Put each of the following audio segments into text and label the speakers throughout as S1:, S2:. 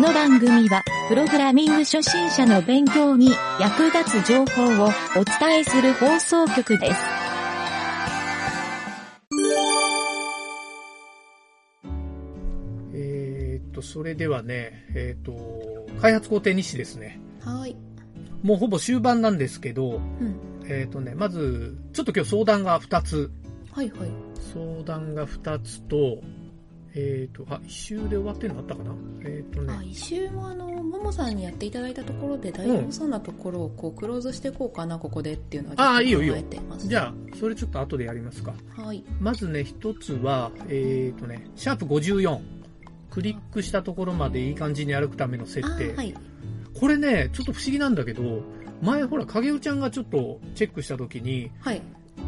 S1: の番組は、プログラミング初心者の勉強に役立つ情報をお伝えする放送局です。
S2: えーっと、それではね、えーっと、開発工程日誌ですね。
S3: はい。
S2: もうほぼ終盤なんですけ
S3: う
S2: ど、
S3: ん。
S2: えーっとね、まず、ちょっと今日相談が2つ。
S3: はいはい。
S2: 相談が2つと、えーっと、あ、一周で終わってるのあったかなえーっと
S3: あ、
S2: ね、
S3: 一周もあの、ももさんにやっていただいたところで、だいぶそうなところをこう、クローズしていこうかな、ここでっていうのは、
S2: あーいいよいいよ
S3: 考えてます。
S2: じゃあ、それちょっと後でやりますか。
S3: あ。はい。
S2: まずね、1つは、えーっとね、シャープ54。クリックしたところまでいい感じに歩くための設
S3: あ
S2: 定。
S3: ーはい。
S2: これね、ちょっと不思議なんだけど、前ほら、影尾ちゃんがちょっとチェックしたときに、
S3: はい。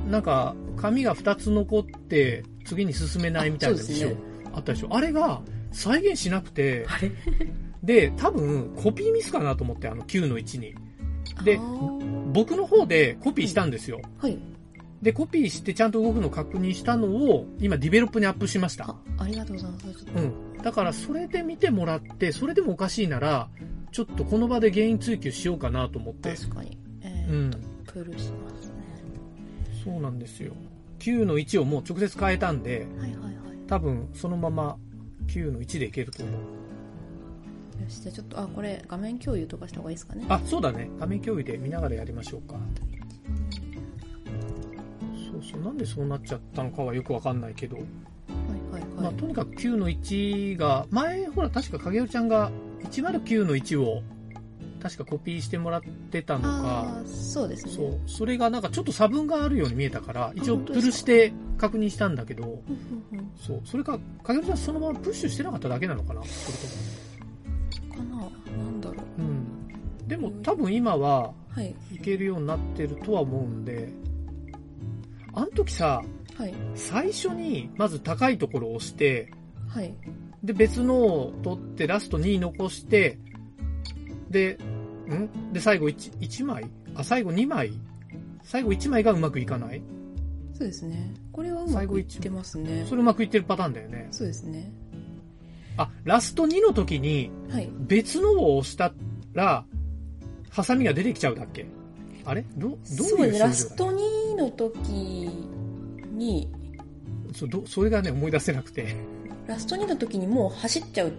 S2: なんか、紙が2つ残って、次に進めないみたいな
S3: あそう
S2: で
S3: です
S2: し
S3: ね
S2: ょ。あったでしょ。あれが、再現しなくて、
S3: れ
S2: で、多分、コピーミスかなと思って、あの9の1に。で
S3: あー
S2: 僕の方でコピーしたんですよ。
S3: はい。
S2: で、コピーしてちゃんと動くのを確認したのを、今、ディベロップにアップしました
S3: あ。、ありがとうございます。ちょっと
S2: うん。だから、それで見てもらって、それでもおかしいなら、ちょっとこの場で原因追求しようかなと思って。
S3: 確かに。え
S2: う
S3: ー、
S2: ん。
S3: プルしますね。
S2: そうなんですよ。9の1をもう直接変えたんで、
S3: はいはいはい。
S2: 多分そのまま9の1でいけると思う。
S3: よし、じゃあちょっと、あ、これ、画面共有とかした方がいいですかね。
S2: あ、そうだね。画面共有で見ながらやりましょうか。そうそう。なんでそうなっちゃったのかはよくわかんないけど。
S3: はいはい
S2: ま
S3: は
S2: あ、
S3: い。
S2: とにかく9の1が、前、ほら、確か影尾ちゃんが109の1を、確かコピーしてもらってたの
S3: あ
S2: か、
S3: ー、そうですね。
S2: そう。それがなんかちょっと差分があるように見えたから、一応
S3: 本当
S2: プ
S3: ですか
S2: ルして確認したんだけど、
S3: ふんふんふん
S2: そう。それか、かげるちゃんそのままプッシュしてなかっただけなのかなそれ
S3: かななんだろう。
S2: とも。うん。でも多分今は
S3: はい。
S2: いけるようになってるとは思うんで、あの時さ、
S3: はい。
S2: 最初にまず高いところを押して、
S3: はい。
S2: で、別のを取ってラスト2残して、で、んで、最後 1, 1枚あ、最後2枚最後1枚がうまくいかない
S3: そうですね。これはうまくいってますね。
S2: それうまくいってるパターンだよね。
S3: そうですね。
S2: あ、ラスト2の時に
S3: はい。
S2: 別のを押したら、ハサミが出てきちゃうだっけあれど、どういう
S3: そうね、
S2: 症状だ
S3: ラスト2の時に、
S2: そうどそれがね、思い出せなくて。
S3: ラスト2の時にもう走っちゃう、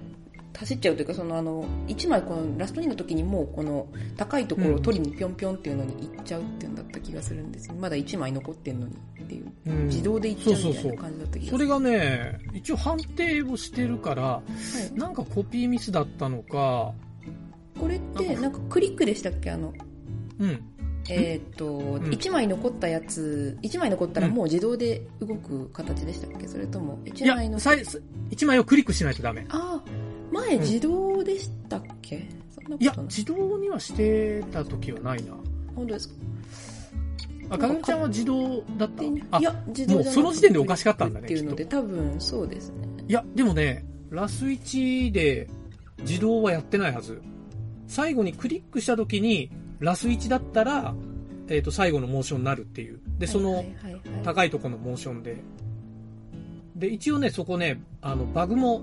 S3: 走っちゃうというか、そのあの、1枚このラスト2の時にもうこの高いところを取りにぴょんぴょんっていうのに行っちゃうっていうんだった気がするんですよね。まだ1枚残ってんのにっていう。
S2: うん
S3: 自動で行っちゃうみたい
S2: そうそう
S3: な感じだった気
S2: そ
S3: がす
S2: れ
S3: る。
S2: がね、一応判定をしてるから、
S3: はい
S2: なんかコピーミスだったのか、
S3: これって、なんかクリックでしたっけあの、
S2: うん。
S3: えーっと、
S2: ん
S3: 一1枚残ったやつ、1枚残ったらもう自動で動く形でしたっけそれとも、
S2: い
S3: 1
S2: や
S3: 枚、の
S2: さいさ一枚をクリックしないとダメ。
S3: ああ、前
S2: うん
S3: 自動でしたっけ、そんな
S2: いや
S3: こ、とない。
S2: 自動にはしてた時はないな。
S3: 本当ですか
S2: あ、かぐみちゃんは自動だった
S3: で
S2: あ、
S3: い
S2: いや、
S3: や、自動じゃなく
S2: もう
S3: て
S2: その時点でおかしかったんだね
S3: っていうので、
S2: き
S3: 多分そうですね。
S2: でもね、ラス1で自動はやってないはず。最後にクリックした時に、ラス1だったら、えっ、と、最後のモーションになるっていう。で、そ
S3: は
S2: の
S3: いはいはいはい
S2: 高いところのモーションで。で、一応ね、そこね、あの、バグも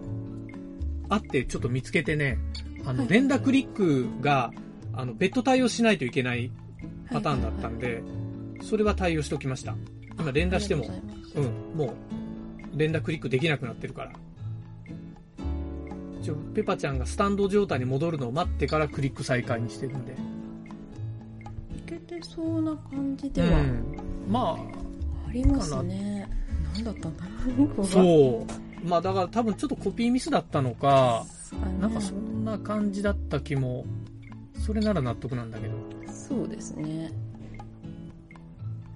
S2: あって、ちょっと見つけてね、あ
S3: は
S2: の、
S3: い
S2: 連打クリックが、あの、別途対応しないといけないパターンだったんで、それは対応しておきました。今、連打しても
S3: あ、りがとうございます
S2: うん、もう、連打クリックできなくなってるから。一応、ペパちゃんがスタンド状態に戻るのを待ってからクリック再開にしてるんで。
S3: いけてそうな感じで
S2: う
S3: は
S2: ん、まあ、
S3: ありますね。なんだったんだろう、う。
S2: そう。まあだから多分ちょっとコピーミスだったのか、な
S3: なん
S2: かそんな感じだった気も、それなら納得なんだけど。
S3: そうですね。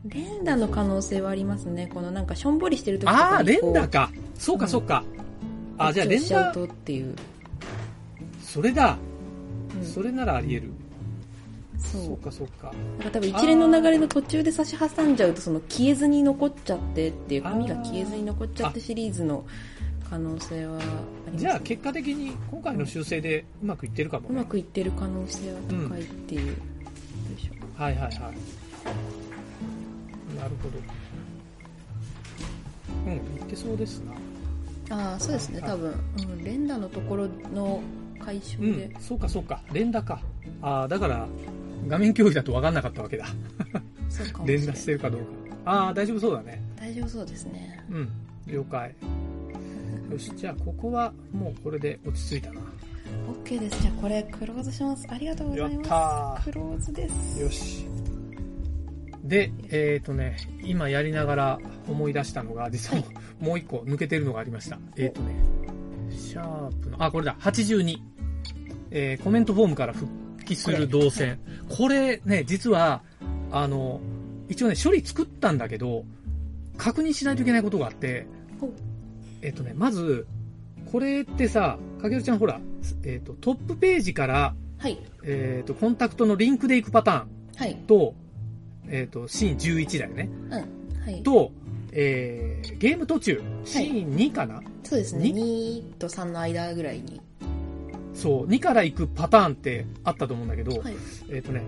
S3: 連打の可能性はありますね。このなんかしょんぼりしてる時と
S2: あ
S3: か
S2: あ、
S3: に
S2: 連
S3: こう
S2: 打か。そうか
S3: うん
S2: そうか。あ、じゃあ
S3: こっち押
S2: 連
S3: しちゃう
S2: 打、
S3: とっていう。
S2: それだ。
S3: うん
S2: それならあり得る。
S3: そう
S2: そうかそうか。
S3: なんか多分一連の流れの途中で差し挟んじゃうとその消えずに残っちゃってっていう
S2: あー
S3: 紙が消えずに残っちゃってシリーズの可能性はあります
S2: じゃあ結果的に今回の修正でうまくいってるかも
S3: うま
S2: ね。
S3: くいってる可能性は高いっていう、でしょ
S2: はいはいはい。なるほど。うん、いってそうですな。
S3: ああそうですね多分、うん、連打のところの解消
S2: う
S3: で、
S2: ん、そうかそうか、連打か。ああ、だから、画面共有だと分かんなかったわけだ。
S3: そうかもしれ
S2: 連
S3: な
S2: 打
S3: い
S2: してるかどうか。ああ、大丈夫そうだね。
S3: 大丈夫そうですね
S2: うん、了解。よし、じゃあここはもうこれで落ち着いたな。
S3: OK ですじゃあこれクローズしますありがとうござい
S2: やった
S3: ます
S2: ー
S3: クローズです
S2: よし。で、えっ、ー、とね、今やりながら思い出したのが、実はもうもう一個抜けてるのがありました。えっ、ー、とね、シャープの、あ、これだ、82。えーコメントフォームから復帰する動線。これね、実は、あの、一応ね、処理作ったんだけど、確認しないといけないことがあって
S3: ほう、
S2: えっ、とね、まず、これってさ、かけるちゃんほら、えっ、と、トップページから、
S3: はい
S2: えっ、と、コンタクトのリンクで行くパターン。
S3: はい
S2: と、えっ、と、シーン11だよね。
S3: うんはい
S2: と、えー、ゲーム途中、シーン2かな、
S3: そうですね
S2: に
S3: 2と3の間ぐらいに
S2: そう、2から行くパターンってあったと思うんだけど、
S3: はい
S2: えっ、とね、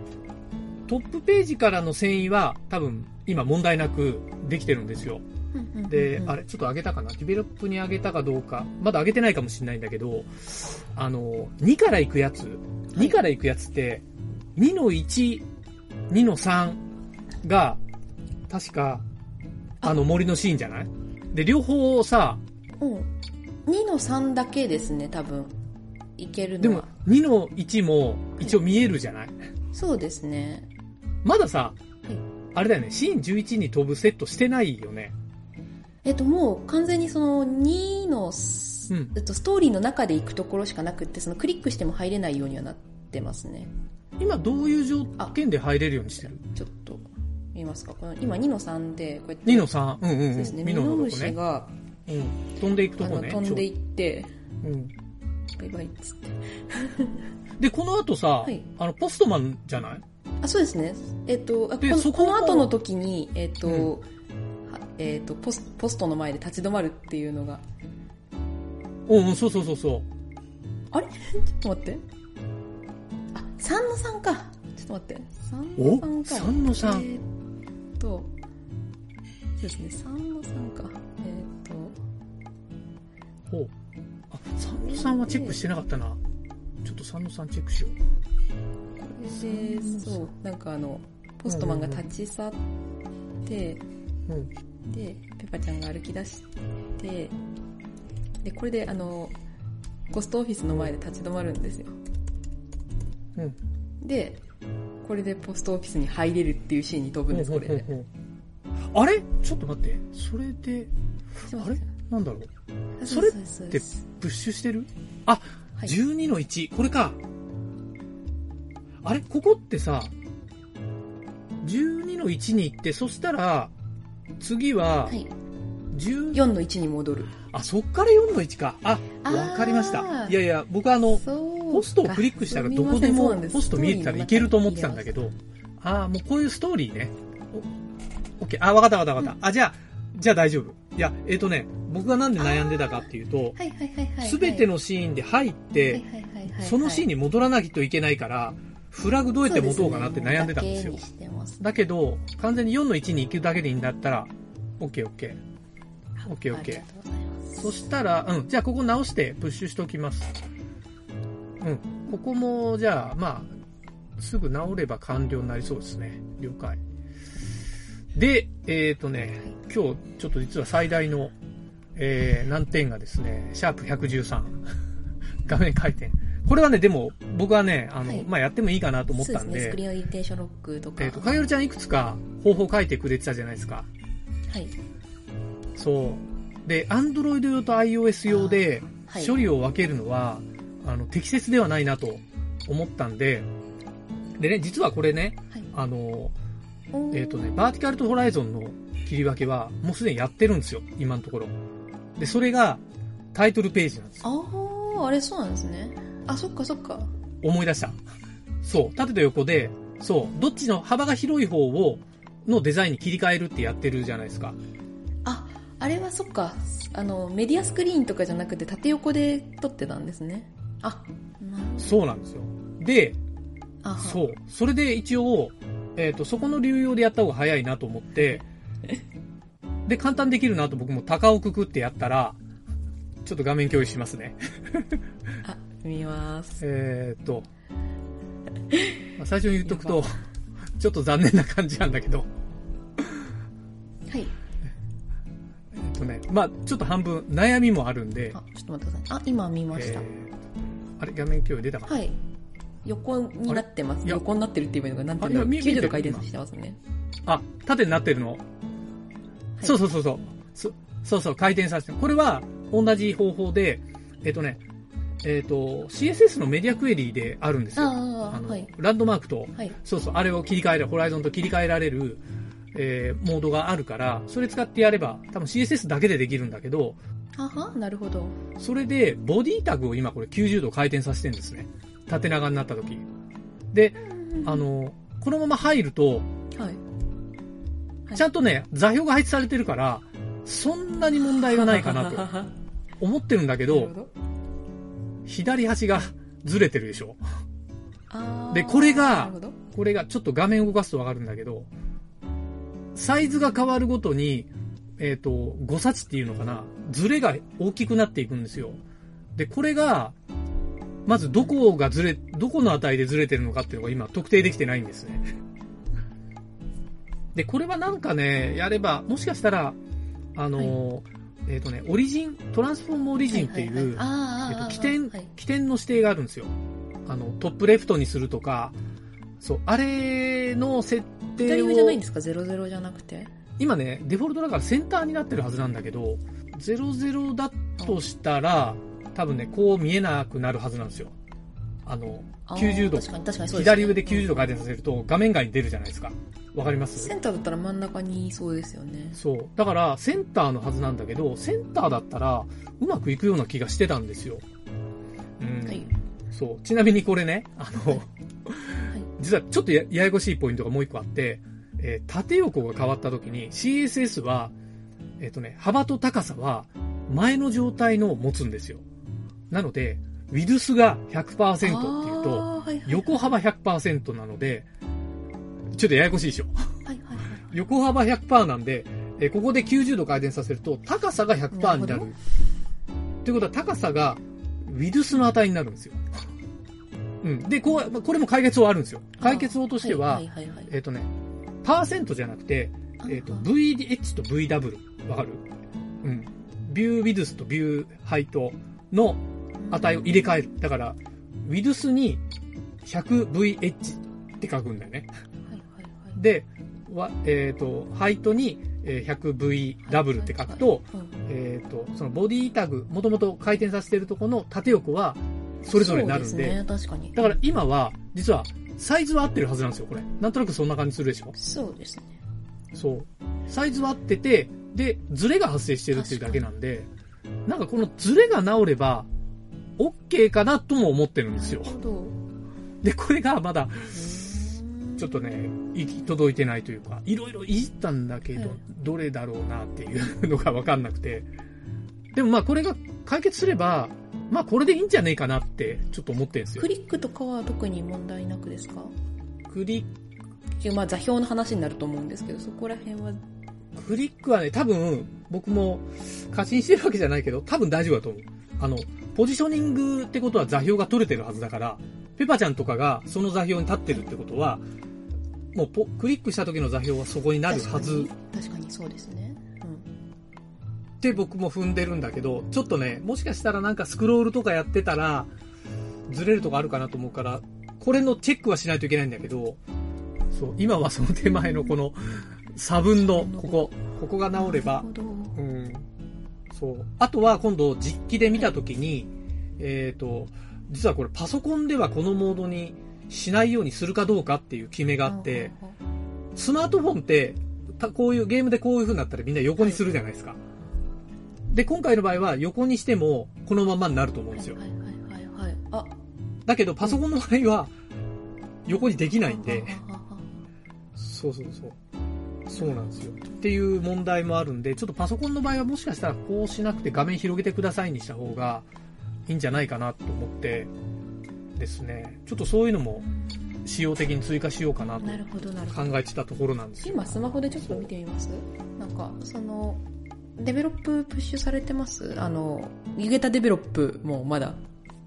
S2: トップページからの遷移は多分今問題なくできてるんですよ。で、あ
S3: れ
S2: れ、ちょっと上げたかなディベロップに上げたかどうか。まだ上げてないかもしれないんだけど、あの、2から行くやつ、2から行くやつって、2の1、2の3が、確か、あの森のシーンじゃないで、両方さ、
S3: うん2の3だけですね多分いける
S2: で
S3: の
S2: も
S3: は
S2: 2の1も一応見えるじゃない
S3: そうですね
S2: まださ
S3: い、
S2: あれだよね、シーン11に飛ぶセットしてないよね。
S3: えっともう完全にその2のす、
S2: うん
S3: えっと、ストーリーの中で行くところしかなくってそのクリックしても入れないようにはなってますね
S2: 今どういう条件で入れるようにしてる
S3: ちょっと見ますかこの今2の3でこうやって
S2: ?2 の3、うんう
S3: そう
S2: んう
S3: で
S2: ん
S3: す。ね
S2: ミ
S3: ミ
S2: ノ
S3: ノ
S2: の
S3: ム
S2: とこ
S3: シ
S2: ね。
S3: が、
S2: うん。飛んでいくと
S3: あ
S2: こ
S3: の
S2: ね。
S3: 飛んでいって
S2: ちょうん
S3: バイバイっつって
S2: で、この後さ、
S3: はい
S2: あの、ポストマンじゃない
S3: あそうですねえっとあこ
S2: で
S3: の
S2: そこ
S3: こ
S2: の
S3: の後の時にえっと、
S2: う
S3: はえっとポスポストの前で立ち止まるっていうのが
S2: うんうん、そうそうそうそ
S3: あれちょっと待ってあ3の3かちょっと待って
S2: う。
S3: 3の3か
S2: 三の
S3: え
S2: 三。
S3: ーっと、そうですね、3の3か。えーっ
S2: ほう。あ、三の三はチェックしてなかったな。ちょっと三の三チェックしよ
S3: と、これで、そう、なんかあの、ポストマンが立ち去って、
S2: う。うん。
S3: で、ペパちゃんが歩き出して、で、これで、あの、ポストオフィスの前で立ち止まるんですよ。
S2: うん。
S3: で、これでポストオフィスに入れるっていうシーンに飛ぶんです、これで。
S2: うんうんうんあれちょっと待って。それで、
S3: すいま
S2: あ
S3: せん
S2: れなんだろう。
S3: あ
S2: それ
S3: うですそう
S2: で
S3: です、
S2: プッシュしてるあ、
S3: はい
S2: 12の1。これか。あれここってさ、12の1に行って、そしたら、次は
S3: は、い。
S2: 10、
S3: 4の1に戻る。
S2: あ、そっから4の1か。あ、
S3: あー
S2: わかりました。いやいや、僕あの、ポ
S3: ポ
S2: ストをクリックしたらどこでもポスト見えてたらいけると思ってたんだけど、ああ、もうこういうストーリーね。オッケー。あ、わかったわかったわかった。あ、じゃあ、じゃあ大丈夫。いや、えっ、とね、僕がなんで悩んでたかっていうと、
S3: はいはいはいはい
S2: すべて
S3: の
S2: のシーンで入って、そのシーン
S3: に
S2: に戻らなきゃといけないから、フラグどうやって持とうかなって悩んでたんですよ。だけど、完全に4の1に行くだけでいいんだったら、OK、OK。
S3: あ
S2: OK、
S3: りが。と
S2: OK
S3: うございます
S2: そしたら、うん、じゃあここ直してプッシュしときます。うん、ここも、じゃあ、まあ、すぐ直れば完了になりそうですね。了解。で、えっ、とね、今日ちょっと実は最大の、えー、難点がですね、シャープ113。画面回転。これはね、でも、僕はね、あの、
S3: はい
S2: まあ、やってもいいかなと思った
S3: そ
S2: ん
S3: うですねスクリ
S2: で、
S3: ーンオリエンテーションロックとか
S2: えっ、と、かげるちゃんいくつか方法書いてくれてたじゃないですか。
S3: はい
S2: そう。で、アンドロイド用と iOS 用で
S3: あーはい
S2: 処理を分けるのは、あの適切ではないなと思ったんで、でね、実はこれね、
S3: はい
S2: あの、
S3: おー
S2: えっ、とね、バーティカルとホライゾンの切り分けは、もうすでにやってるんですよ、今のところ。で、それがタイトルページなんですよ。
S3: あああれそうなんですねあそっかそっか
S2: 思い出した。そう、縦と横で、そう、どっちの幅が広い方を、のデザインに切り替えるってやってるじゃないですか。
S3: ああれはそっかあのメディアスクリーンとかじゃなくて縦横で撮ってたんですねあなるほど
S2: そうなんですよ。で、
S3: あう
S2: そう。それで一応、えっ、と、そこの流用でやった方が早いなと 思って、で、簡単できるなと僕も高をくくってやったら、ちょっと画面共有しますね。
S3: あ見ます。
S2: えーっと、まあ最初に言っとくと、ちょっと残念な感じなんだけど、
S3: はい。
S2: えーっとね、まあちょっと半分悩みもあるんで
S3: あ、、ちょっと待ってください。あ、今見ました。
S2: えーあれ、画面共有出たかな、
S3: はい。横になってま
S2: あ
S3: す。
S2: れいや
S3: 横になってるって言えばいいのか、なんていう
S2: あ
S3: の
S2: いや見見て
S3: 90度回転してますね。
S2: あ、縦になってるの、
S3: はい
S2: そうそうそうそう。そそうそう、回転させて。これは同じ方法で、えっ、とね、えっ、と、CSS のメディアクエリーであるんですよ。
S3: ああ、
S2: の、
S3: はい。
S2: ランドマークと、
S3: はい。
S2: そうそう、あれを切り替える、ホライゾンと切り替えられる、えーモードがあるから、それ使ってやれば、多分 CSS だけでできるんだけど、
S3: はは、なるほど。
S2: それで、ボディタグを今これ90度回転させてるんですね。縦長になった時。で、あの、このまま入ると、
S3: はい。はい
S2: ちゃんとね、座標が配置されてるから、そんなに問題がないかなと思ってるんだけ
S3: なる
S2: ど
S3: ほ、ど
S2: 左端がずれてるでしょ。
S3: あー
S2: でこれが
S3: なるほど
S2: これがちょっと画面動かすとわかるんだけど、サイズが変わるごとに、えっ、と、誤差値っていうのかな、ズレが大きくなっていくんですよ。で、これが、まずどこがずれ、どこの値でずれてるのかっていうのが今特定できてないんですね。で、これはなんかね、やれば、もしかしたら、あの、えっ、とね、オリジン、トランスフォームオリジンっていう、
S3: ははは
S2: えっ
S3: あーあーあー
S2: と、起点、
S3: はい
S2: 起点の指定があるんですよ。あの、トップレフトにするとか、そう、あれの設定
S3: 左上じゃないん
S2: を、
S3: ですかゼロゼロじゃなくて
S2: 今ね、デフォルトだからセンターになってるはずなんだけど、00だとしたら、多分ね、こう見えなくなるはずなんですよ。あの、
S3: あー
S2: 90度、
S3: 確かに確かにそうですね
S2: 左上で90度回転させると画面外に出るじゃないですか。わかりま
S3: うん
S2: す
S3: センターだったら真ん中にいそうですよね
S2: そう。だから、センターのはずなんだけど、センターだったら、うまくいくような気がしてたんですよ。うん。
S3: はい
S2: そう。ちなみにこれね、あの、 実はちょっとやややこしいポイントがもう一個あって、えー縦横が変わった時に CSS は、えっ、とね、幅と高さは前の状態のを持つんですよ。なので、width が100%っていうと、
S3: あーはいはい
S2: 横幅100%なので、ちょっとややこしいでしょ。
S3: はいはいはい
S2: 横幅100%なんで、えーここで90度回転させると、高さが100%にな
S3: なる
S2: る
S3: ほど。
S2: ということは、高さが、ウィルスの値になるんですよ。うん。で、こう、まあこれも解決法あるんですよ。解決法としては、
S3: いはいはい
S2: えっ、とね、パーセントじゃなくて、
S3: あー
S2: えっ、と、VH と VW。わかるうん。ビューウィルスとビューハイトの値を入れ替える。だから、ウィルスに 100VH って書くんだよね。
S3: はいはいはい
S2: で、わえっ、と、ハイトにえー 100VW って書くと、
S3: はいはいはい
S2: えっ、と、そのボディタグ、もともと回転させてるとこの縦横は、それぞれになるんで
S3: そうですね確かに
S2: だから今は、実は、サイズは合ってるはずなんですよ、これ。なんとなくそんな感じするでしょ
S3: そうですね
S2: そう。サイズは合ってて、で、ズレが発生してるっていうだけなんで、なんかこのズレが治れば、OK かなとも思ってるんですよ
S3: な。るほどう
S2: で、これがまだ、
S3: ーん
S2: ちょっとね、行き届いてないというか、いろいろいじったんだけど、
S3: はい
S2: どれだろうなっていうのがわかんなくて。でもまあこれが解決すれば、まあこれでいいんじゃねえかなってちょっと思ってるんですよ
S3: ク。リックとかは特に問題なくですか
S2: クリ
S3: まあ座標の話になると思うんですけどそこら辺は
S2: クリックはね、多分僕も過信してるわけじゃないけど、多分大丈夫だと思う。あの、ポジショニングってことは座標が取れてるはずだから、ペパちゃんとかがその座標に立ってるってことは、もうポクリックした時の座標はそこになるは
S3: 確か
S2: ず
S3: に確かにそうですねうん
S2: って僕も踏んでるんだけど、ちょっとね、もしかしたらなんかスクロールとかやってたら、ずれるとかあるかなと思うから、これのチェックはしないといけないんだけど、そう、今はその手前のこの差分の、ここ、ここが治れば、
S3: なるほど
S2: うん。そう。あとは今度実機で見たときに、えっ、と、実はこれパソコンではこのモードにしないようにするかどうかっていう決めがあって、スマートフォンって、たこういう、ゲームでこういう風になったらみんな横にするじゃないですか。で、今回の場合は横にしてもこのままになると思うんですよ。
S3: はいはいはいはいはいあ
S2: だけどパソコンの場合は横にできないんで、
S3: ああああ
S2: そうそうそう。そうなんですよ。っていう問題もあるんで、ちょっとパソコンの場合はもしかしたらこうしなくて画面広げてくださいにした方がいいんじゃないかなと思ってですね、ちょっとそういうのも仕様的に追加しようかな
S3: あ
S2: と
S3: なるほどなるほど
S2: 考えてたところなんですよ。
S3: 今スマホでちょっと見てみますなんかそのデベロッププッシュされてますあのユゲタデベロップもまだ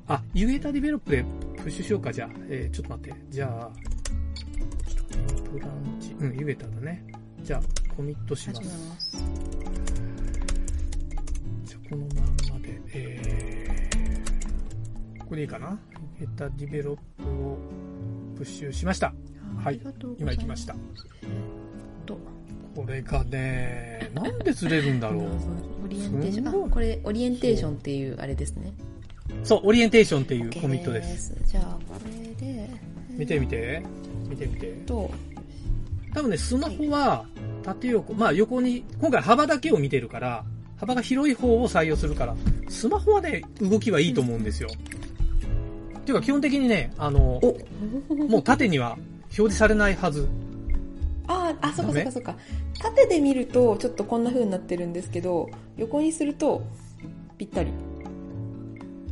S2: あ、ユゲータディベロップでプッシュしようか、じゃあ。えーちょっと待って。じゃあ、ちょっと待ってブランチ、うん、ユゲータだね。じゃあ、コミットしま
S3: 始め
S2: す。
S3: ます。
S2: じゃあこのまんまで、えー、これでいいかなユゲータディベロップをプッシュしました。
S3: ありがとうございま
S2: 今
S3: す。
S2: 行きました。
S3: と。
S2: これがね、なんでずれるんだろう。
S3: オリエンテーショ
S2: すご
S3: ン。
S2: い
S3: あ、これ、オリエンテーションっていうあれですね。
S2: そう、オリエンテーションっていうコミットです。
S3: す。じゃあ、これで、
S2: 見てみて。見てみて。
S3: と、
S2: 多分ね、スマホは縦横、まあ横に、今回幅だけを見てるから、幅が広い方を採用するから、スマホはね、動きはいいと思うんですよ。っていうか基本的にね、あの、
S3: お
S2: もう縦には表示されないはず。
S3: ああ、あ、そっかそっ
S2: ダメ
S3: かそっか。縦で見ると、ちょっとこんな風になってるんですけど、横にすると、ぴったり。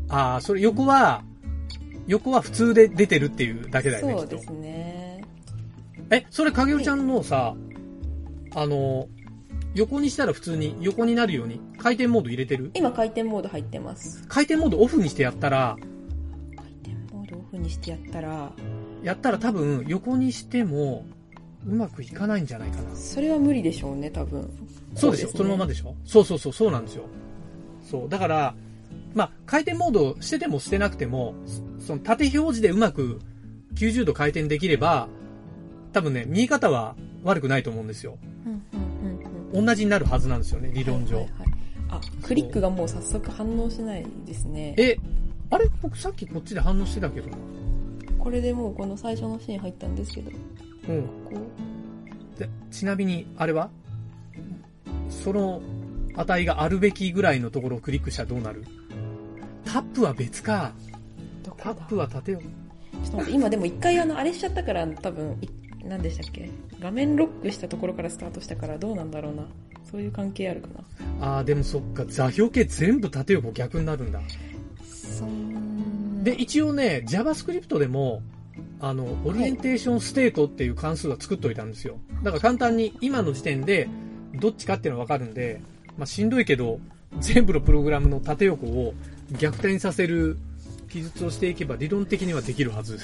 S2: ああ、それ横は、横は普通で出てるっていうだけだよね、
S3: そ
S2: き
S3: う
S2: っと
S3: で。すね。
S2: え、それ影織ちゃんのさ、あの、横にしたら普通に横になるように回転モード入れてる
S3: 今、回転モード入ってます。
S2: 回転モードオフにしてやったら、
S3: 回転モードオフにしてやったら、
S2: やったら多分横にしてもうまくいかないんじゃないかな。
S3: それは無理でしょうね、多分。
S2: そうでしょ
S3: す
S2: そ,、
S3: ね
S2: のままでしょそうそうそう、そうなんですよ。そう。だから、まあ、回転モードしててもしてなくても、そその縦表示でうまく90度回転できれば、多分ね、見え方は悪くないと思うんですよ。
S3: うんうんうんうん。
S2: 同じになるはずなんですよね、理論上。
S3: はいはいはいあ、クリックがもう早速反応しないですね。
S2: え、あれ僕さっきこっちで反応してたけどな。
S3: これでもうこの最初のシーン入ったんですけど、こ
S2: うん。
S3: う、
S2: でちなみに、あれはその値があるべきぐらいのところをクリックしたらどうなるタップは別か。
S3: どこ
S2: タ
S3: だ
S2: ップは縦よ。
S3: ちょっと待って今でも一回あの、あれしちゃったから、多分、い何でしたっけ画面ロックしたところからスタートしたからどうなんだろうな。そういう関係あるかな。
S2: あー、でもそっか、座標系全部縦横逆になるんだ。
S3: そん
S2: で、、一応ね、JavaScript でも、あの、オリエンテーションステートっていう関数は作っといたんですよ。だから簡単に今の時点で、どっちかっていうのはわかるんで、まあしんどいけど、全部のプログラムの縦横を逆転させる記述をしていけば理論的にはできるはず。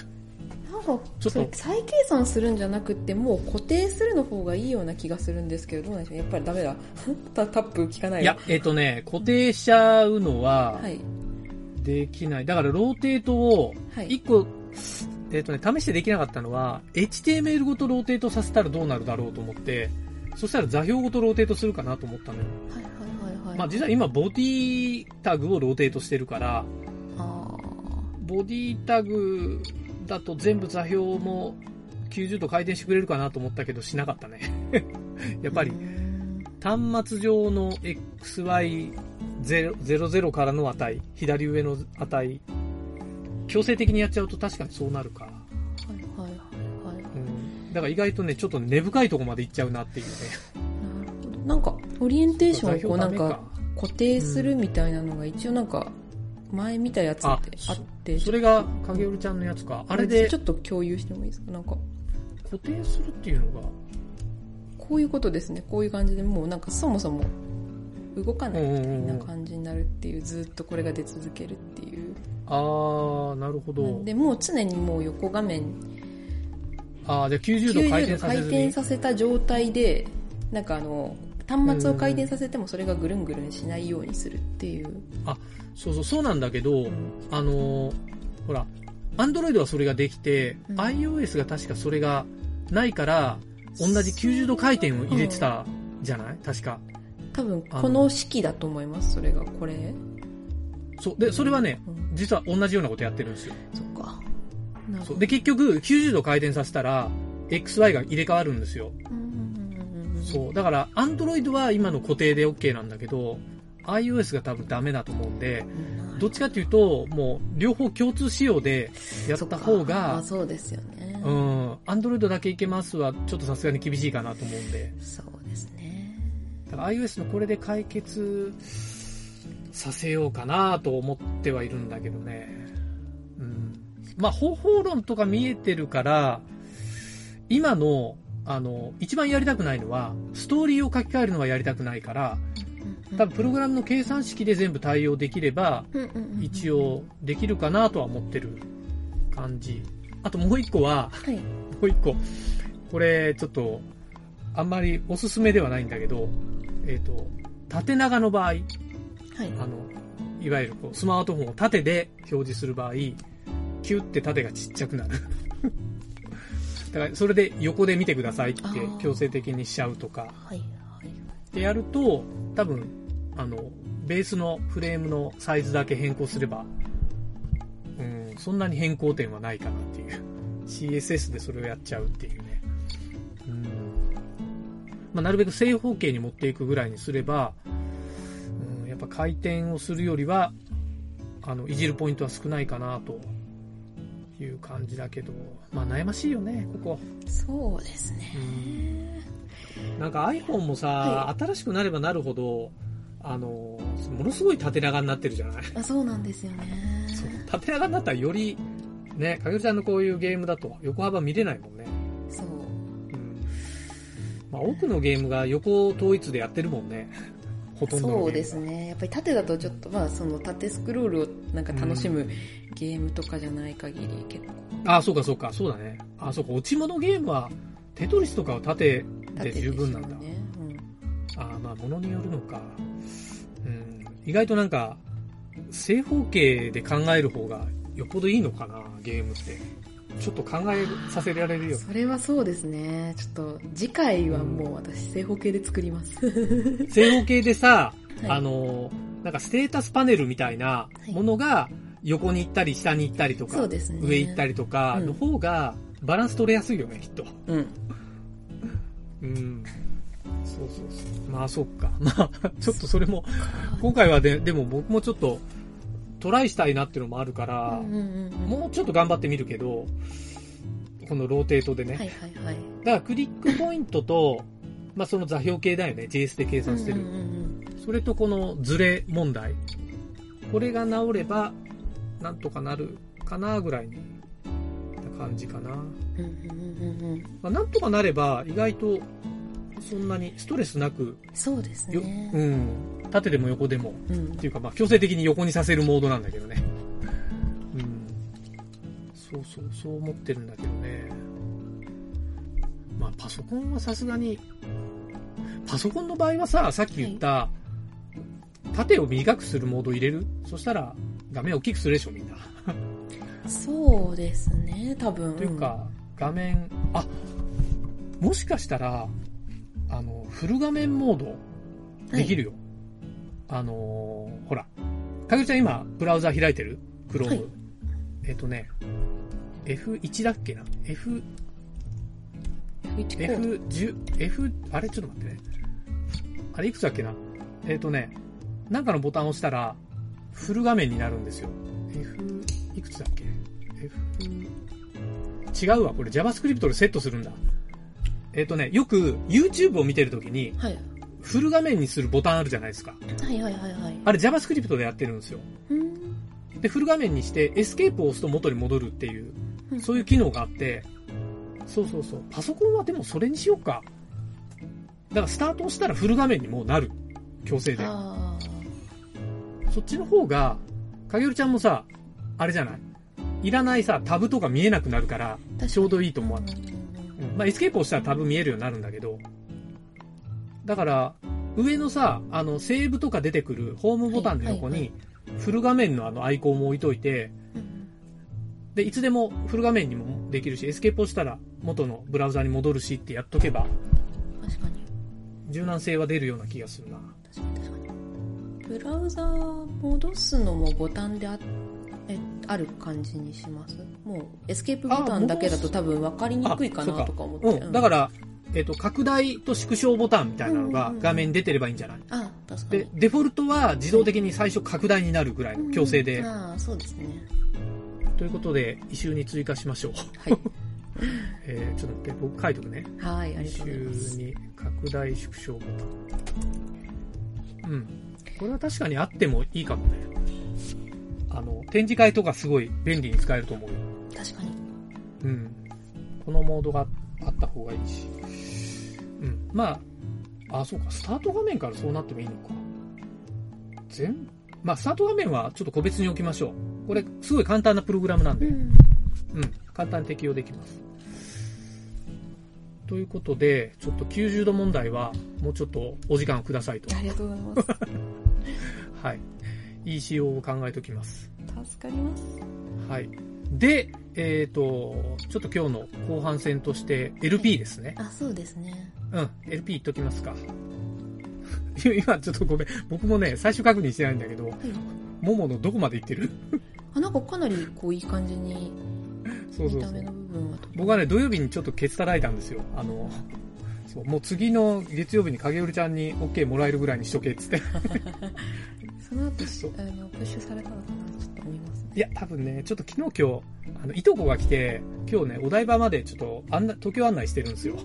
S3: なんか、
S2: ちょっと
S3: それ再計算するんじゃなくって、もう固定するの方がいいような気がするんですけど、どうなんでしょうやっぱりダメだ。 タタップ効かない
S2: い
S3: わ
S2: や、えっ、とね、固定しちゃうのは
S3: はい。
S2: できない。だからローテートを
S3: はい。
S2: 一個、えっ、とね、試してできなかったのは、HTML ごとローテートさせたらどうなるだろうと思って、そしたら座標ごとローテートするかなと思ったのよ。
S3: はいはいはいはい。
S2: まあ実は今、ボディタグをローテートしてるから、
S3: あ
S2: ボディタグだと全部座標も90度回転してくれるかなと思ったけど、しなかったね。 やっぱり
S3: ーう、ん
S2: 端末上の XY00 からの値、左上の値、強制的にやっちゃうと確かにそうなるか。
S3: はいはいはいはい。
S2: うん。だから意外とね、ちょっと根深いとこまで行っちゃうなっていうね。
S3: なるほどなんか、オリエンテーションをこうなん
S2: 座標ダ
S3: か
S2: メ
S3: 固定するみたいなのが一応なんか、前見たやつってあって、
S2: それが、影織ちゃんのやつか。あれで
S3: ちょっと共有してもいいですかなんか、
S2: 固定するっていうのが、
S3: こういうことですね。こういう感じでもうなんかそもそも動かないみたいな感じになるっていう、ずっとこれが出続けるっていう。
S2: あー、なるほど。
S3: で、もう常にもう横画面
S2: あー、じゃあ90度回
S3: 90
S2: 転
S3: 度
S2: さ
S3: 回
S2: せず
S3: 転
S2: に。
S3: させた状態で、なんかあの、端末を回転させてもそれがぐるんぐるんしないようにするっていう。
S2: そうそう、そうなんだけど、
S3: うん
S2: あのーほら、アンドロイドはそれができて、
S3: うん
S2: iOS が確かそれがないから、同じ90度回転を入れてたじゃない確か。
S3: 多分この式だと思いますそれがこれ、う
S2: そう。で、それはね、
S3: ん、
S2: 実は同じようなことやってるんですよ。
S3: そっかなる
S2: そ
S3: ほ
S2: う。
S3: ど
S2: で、結局、90度回転させたら、XY が入れ替わるんですよ。
S3: うんうんうん
S2: そう。だから、アンドロイドは今の固定で OK なんだけど、iOS が多分ダメだと思うんで、
S3: うん
S2: どっちかっていうと、もう、両方共通仕様でやった方
S3: ま
S2: が
S3: あ、そうですよね、
S2: うん、アンドロイドだけいけますは、ちょっとさすがに厳しいかなと思うんで。
S3: そうですね
S2: だから iOS のこれで解決させようかなと思ってはいるんだけどね。うん。まあ、方法論とか見えてるから、今の、あの、一番やりたくないのは、ストーリーを書き換えるのはやりたくないから、多分プログラムの計算式で全部対応できれば、
S3: うんうんうんうん
S2: 一応できるかなとは思ってる感じ。あともう一個は、
S3: はい
S2: もう一個。これ、ちょっと、あんまりおすすめではないんだけど、えっ、と、縦長の場合、
S3: はい
S2: あの、いわゆるこうスマートフォンを縦で表示する場合、キュッて縦がちっちゃくなる。 だから、それで横で見てくださいって
S3: あー
S2: 強制的にしちゃうとか、
S3: はいはい
S2: でやると、多分、あの、ベースのフレームのサイズだけ変更すれば、うん、そんなに変更点はないかなっていう。CSS でそれをやっちゃうっていうね。うん。まあ、なるべく正方形に持っていくぐらいにすれば、うん、やっぱ回転をするよりは、あの、いじるポイントは少ないかなという感じだけど、まあ、悩ましいよね、ここ。
S3: そうですね
S2: なんか iPhone もさ、
S3: は
S2: 新しくなればなるほど、あの、ものすごい縦長になってるじゃない
S3: あそうなんですよね
S2: そう 縦長になったらより、ね、かげるちゃんのこういうゲームだと横幅見れないもんね。
S3: そう
S2: うん。まあ、多くのゲームが横統一でやってるも んね。ほとんどのゲーム
S3: そ
S2: が
S3: うです。ねやっぱり縦だとちょっとまあその縦スクロールをなんか楽しむゲームとかじゃない限り結構
S2: あ、そうかそうか、そうだね。あ、そうか、落ち物ゲームは、テトリスとかは縦
S3: 縦
S2: で十分なん
S3: で
S2: だ。
S3: すよねうん
S2: あーまあ、ものによるのか。うん。意外となんか、正方形で考える方がよっぽどいいのかな、ゲームって。ちょっと考えさせられるよ。
S3: それはそうですねちょっと次回はもう私正方形で作ります
S2: 正方形でさ、
S3: はい
S2: あのー、なんかステータスパネルみたいなものが横に行ったり下に行ったりと
S3: そ
S2: か、
S3: うですね
S2: 上行ったりとかの方がバランス取れやすいよね、きっと。
S3: うん
S2: うん。そうそうそう。まあ、そっか。 まあ、ちょっとそれも、今回はで、でも僕もちょっと、トライしたいなっていうのもあるから、
S3: うんうんうん
S2: もうちょっと頑張ってみるけど、このローテートでね。
S3: はいはいはい
S2: だからクリックポイントと、まあその座標系だよね。JS で計算してる。
S3: うんうんうん
S2: それとこのズレ問題。これが治れば、なんとかなるかなぐらいに、な感じかな。
S3: うんうんうんうんうん
S2: まあ、なんとかなれば、意外と、そんなにストレスなく、
S3: そうです
S2: よ、
S3: ね
S2: うん、縦でも横でも、
S3: うん
S2: っていうか、まあ、強制的に横にさせるモードなんだけどね。うん。そうそう、そう思ってるんだけどね。まあ、パソコンはさすがに、パソコンの場合はさ、さっき言った、縦を短くするモード入れるそしたら、画面大きくするでしょ、みんな。
S3: そうですね多分
S2: というか、画面、あ、もしかしたら、あの、フル画面モード、でき
S3: る
S2: るよ。あのーほら。かぐちゃん今、ブラウザ開いてる ?Chrome。
S3: はい
S2: えっとね、F1 だっけな ?F、F10、F、あれちょっと待ってね。あれいくつだっけなえっとね、なんかのボタンを押したら、フル画面になるんですよ。F、いくつだっけ ?F、違うわ。これ JavaScript でセットするんだ。えっとね、よく YouTube を見てるときに、
S3: はい
S2: フル画面にするボタンあるじゃないですか。
S3: はいはいはいはい
S2: あれ JavaScript でやってるんですよ。
S3: うん
S2: で、フル画面にしてエスケープを押すと元に戻るっていう、
S3: うん
S2: そういう機能があって、そうそうそう。パソコンはでもそれにしようか。だからスタートをしたらフル画面にもうなる。強制で。
S3: あ
S2: そっちの方が、かげるちゃんもさ、あれじゃないいらないさ、タブとか見えなくなるから、
S3: あ
S2: ちょうどいいと思わない。
S3: うん
S2: うんまあ、エスケープをしたらタブ見えるようになるんだけど、だから、上のさ、あの、セーブとか出てくるホームボタンの横
S3: はい
S2: に、フル画面のあのアイコンも置いといて、で、いつでもフル画面にもできるし、エスケープをしたら元のブラウザに戻るしってやっとけば、
S3: 確かに
S2: 柔軟性は出るような気がするな。
S3: 確かに確かにブラウザ戻すのもボタンであえある感じにしますもうエスケープボタンだけだと多分分かりにくいか
S2: あそう
S3: な
S2: か
S3: とか思って
S2: うん。だから、えっ、と、拡大と縮小ボタンみたいなの
S3: うんう
S2: が
S3: んうん
S2: 画面に出てればいいんじゃない
S3: あ確か
S2: で
S3: に、
S2: デフォルトは自動的に最初拡大になるぐらいの強制で
S3: うん。ああそうですね
S2: ということで、異臭に追加しましょう。
S3: はい
S2: えーちょっと待って、僕書いとくね。
S3: はいありがとうござい
S2: 週
S3: ます
S2: に拡大縮小ボタン。うん。これは確かにあってもいいかもね。あの、展示会とかすごい便利に使えると思うよ。
S3: 確かに
S2: うん。このモードがあった方がいいし。うん。まあ、あ、そうか。スタート画面からそうなってもいいのか。全、まあ、スタート画面はちょっと個別に置きましょう。これ、すごい簡単なプログラムなんで、うん、簡単に適用できます。ということで、ちょっと90度問題は、もうちょっとお時間くださいと。
S3: ありがとうございます。
S2: はい。いい仕様を考えておきます。
S3: 助かります。
S2: はい。で、えっ、と、ちょっと今日の後半戦として、LP ですね。
S3: あ、そうですね。
S2: うん、LP いっときますか。 いや今ちょっとごめん。僕もね、最終確認してないんだけど、
S3: はい。
S2: もものどこまでいってる
S3: あ、なんかかなりこういい感じに
S2: そうそ
S3: 見
S2: う
S3: た
S2: そ
S3: 目
S2: う。
S3: の部分はと。
S2: 僕はね、土曜日にちょっとケツ叩いたんですよ。あの、そう、もう次の月曜日に影織ちゃんに OK もらえるぐらいにしとけっつって。
S3: その後し
S2: そう
S3: あのプッシュされたのかなちょっと思いますね。
S2: いや、多分ね、ちょっと昨日今日、あの、いとこが来て、今日ね、お台場までちょっと案内、東京案内してるんですよ。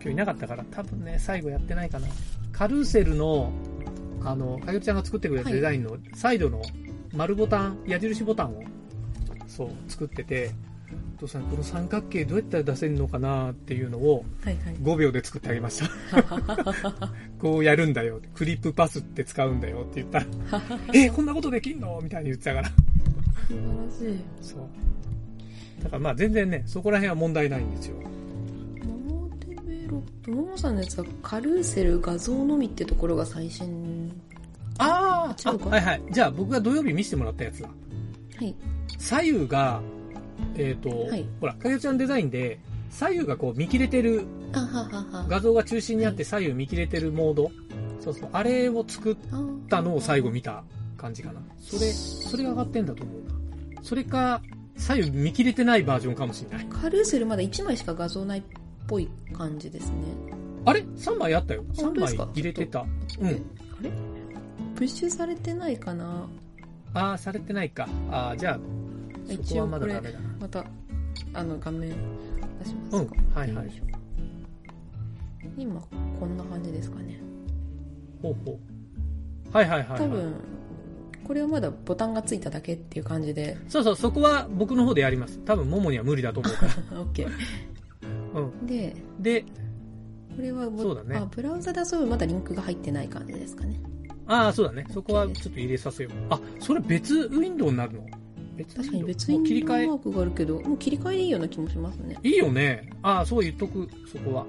S2: 今日いなかったから、多分ね、最後やってないかな。カルーセルの、あの、かゆきちゃんが作ってくれたデザインの、サイドの丸ボタン、矢印ボタンを、そう、作ってて、お父さん、この三角形どうやったら出せるのかなっていうのを
S3: はいはい。
S2: 5秒で作ってあげました。 こうやるんだよ。クリップパスって使うんだよって 言ったら、え、こんなことできんのみたいに言ってたから。
S3: 素晴らしい。
S2: そう。だからまあ全然ね、そこら辺は問題ないんですよ。
S3: モモデベロップ、モモさんのやつはカルーセル画像のみってところが最新。
S2: あ
S3: ー違うか
S2: はいはい。じゃあ僕が土曜日見せてもらったやつだ。
S3: はい。
S2: 左右が、えっ、と、
S3: はい
S2: ほら、かげちゃんデザインで、左右がこう見切れてる、
S3: あははは。
S2: 画像が中心にあって左右見切れてるモード。そうそう。あれを作っ
S3: あー
S2: たのを最後見た感じかな。それ、それが上がってんだと思うな。それか、左右見切れてないバージョンかもしれない。
S3: カルーセルまだ1枚しか画像ないっぽい感じですね。
S2: あれ ?3 枚あったよ。
S3: 本
S2: 3
S3: 当で
S2: 枚
S3: すか
S2: 入れてた。う
S3: え
S2: ん。
S3: あれプッシュされてないかな
S2: ああ、されてないか。ああ、じゃあ、そこはまだダメだな。
S3: また、あの、画面出しま
S2: う
S3: す
S2: ん
S3: か。、
S2: はいはい。
S3: 今、こんな感じですかね。
S2: ほうほう。はいはいはい、はい。
S3: 多分、これはまだボタンがついただけっていう感じで、
S2: そうそう、そこは僕の方でやります。多分、ももには無理だと思うから。
S3: OK。
S2: うん。
S3: で、
S2: で、
S3: これはボ
S2: そうだね
S3: あ、ブラウザで遊ぶまだリンクが入ってない感じですかね。
S2: ああ、そうだね。そこはちょっと入れさせよう。あ、それ別ウィンドウになるの別ウィ
S3: 確
S2: ンドウ
S3: かに別
S2: もう
S3: に
S2: 切り
S3: マ
S2: 替
S3: ークがあるけど、もう切り替えでいいような気もしますね。
S2: え。いいよね。ああ、そう言っとく、そこは。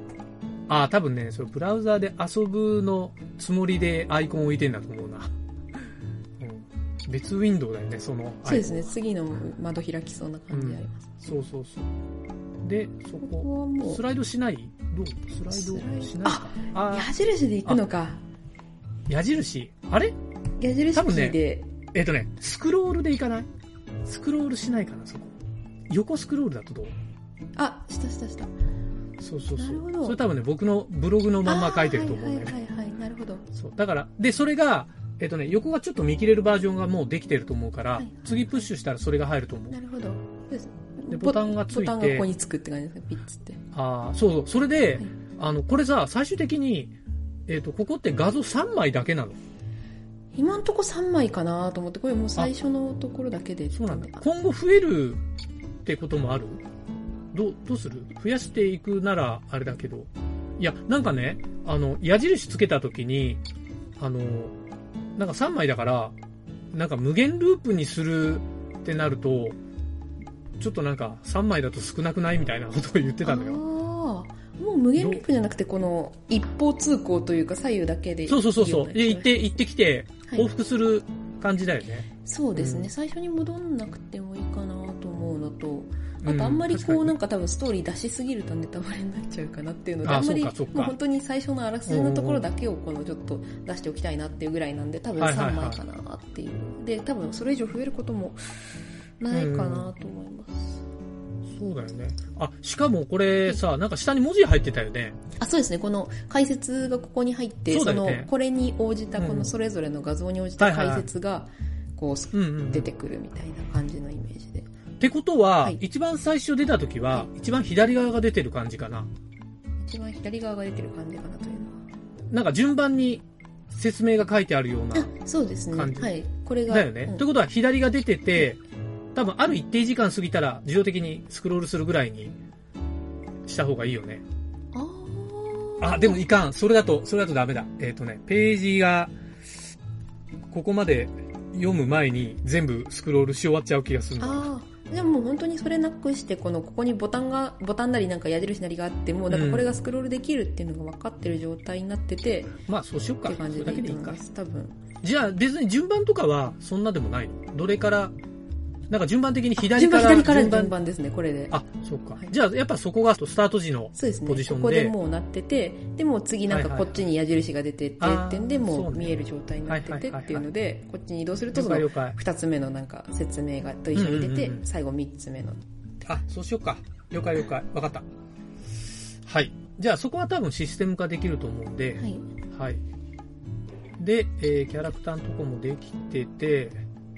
S2: ああ、多分ね、それブラウザで遊ぶのつもりでアイコン置いてんだと思うな。うん。別ウィンドウだよね、そのアイコン。
S3: そうですね、次の窓開きそうな感じあります。
S2: そうそうそう。で、そ
S3: こ
S2: こ。
S3: こはもう
S2: ス、ライドしないどうスライドしないかあ
S3: 矢印で行くのか。
S2: ー矢印あれ
S3: 矢印キ
S2: 多分
S3: ー
S2: ね
S3: で、
S2: えっ、とね、スクロールでいかないスクロールしないかな、そこ。横スクロールだとどう
S3: あ、下下下。
S2: そうそうそう。
S3: なるほど
S2: それ多分ね、僕のブログのまんま書いてると思うんだよね。
S3: あーはいはいはいはい、なるほど。
S2: そう。だから、で、それが、えっ、とね、横がちょっと見切れるバージョンがもうできてると思うから、
S3: はいはい
S2: 次プッシュしたらそれが入ると思う
S3: な。るほど。そうです
S2: でボタンがついて
S3: ボタンがここにつくって感じですか、ピッツって。
S2: ああ、そうそう。それで、
S3: はい
S2: あの、これさ、最終的に、えっ、と、ここって画像3枚だけなの。
S3: 今んとこ3枚かなと思って、これもう最初のところだけで。
S2: そうなんだ。
S3: あ
S2: 今後増えるってこともあるどう、どうする増やしていくならあれだけど。いや、なんかね、あの、矢印つけたときに、あの、なんか3枚だから、なんか無限ループにするってなると、ちょっとなんか3枚だと少なくないみたいなことを言ってたの
S3: あ
S2: よ。
S3: ーもう無限ループじゃなくて、この一方通行というか左右だけでいい
S2: そ
S3: よ
S2: う
S3: な気
S2: そ
S3: が
S2: う
S3: しま
S2: そう
S3: す。
S2: そう。で、行って、行ってきて、
S3: はい
S2: 往復する感じだよね。
S3: そうですね、
S2: うん
S3: 最初に戻んなくてもいいかなと思うのと、
S2: う
S3: あとあんまりこう、
S2: 確かに
S3: なんか多分ストーリー出しすぎるとネタバレになっちゃうかなっていうので、
S2: あ
S3: んまり
S2: そうかそうか
S3: もう本当に最初のあらすじのところだけをこのちょっと出しておきたいなっていうぐらいなんで、多分
S2: はいはいはい
S3: 3枚かなっていう。で、多分それ以上増えることもないかなと思います。
S2: そうだよね。あ、しかもこれさ、なんか下に文字入ってたよね。
S3: あ、そうですね、この解説がここに入って、
S2: そうだよ
S3: の
S2: ね
S3: これに応じた、こ
S2: う
S3: の
S2: ん
S3: それぞれの画像に応じた解説が、こう、
S2: うんうんうん。
S3: 出てくるみたいな感じのイメージで。
S2: ってことは、
S3: はい
S2: 一番最初出た時は、
S3: は
S2: 一番左側が出てる感じかな。
S3: 一番左側が出てる感じかなというのは。
S2: なんか順番に説明が書いてあるような。
S3: あそうですね
S2: 感じ
S3: はいこれが
S2: だよね。
S3: うん
S2: ということは左が出てて、多分ある一定時間過ぎたら自動的にスクロールするぐらいにした方がいいよね。
S3: あー
S2: あ、でもいかん。それだと、それだとダメだ。えっ、とね、ページが、ここまで読む前に全部スクロールし終わっちゃう気がするの。
S3: ああでももう本当にそれなくしてこのここにボタンがボタンなりなんか矢印なりがあってもうなんかこれがスクロールできるっていうのが分かってる状態になってて、
S2: まあ、そうしよっか。
S3: って
S2: そ
S3: 感じ
S2: れ
S3: で
S2: だ
S3: い
S2: け
S3: い
S2: でい
S3: と
S2: い
S3: 思い
S2: か
S3: ま。す多分
S2: じゃあ、別に順番とかはそんなでもないのどれから、なんか順番的に左
S3: 順
S2: か
S3: 番
S2: ら。
S3: 左から順番ですねこれで
S2: あ、そうか
S3: はい。
S2: じゃあ、やっぱそこがスタート時の。
S3: そうですね
S2: ポジションで
S3: ここでもうなっててでもう次なんかこっちに矢印が出てって
S2: はいはい
S3: いう点で
S2: あー
S3: も
S2: そう
S3: う
S2: ね
S3: 見える状態になって
S2: はいは
S3: て
S2: いはいはい
S3: っていうのでこっちに移動すると
S2: 了
S3: そ
S2: 解
S3: の
S2: 了解。
S3: 2つ目のなんか説明がと一緒に出て
S2: うんうんうん
S3: 最後3つ目の
S2: あ、そうしよっか。了解了解。わかった。はい。じゃあ、そこは多分システム化できると思うんで、
S3: はい
S2: はい。で、えーキャラクターのとこもできてて、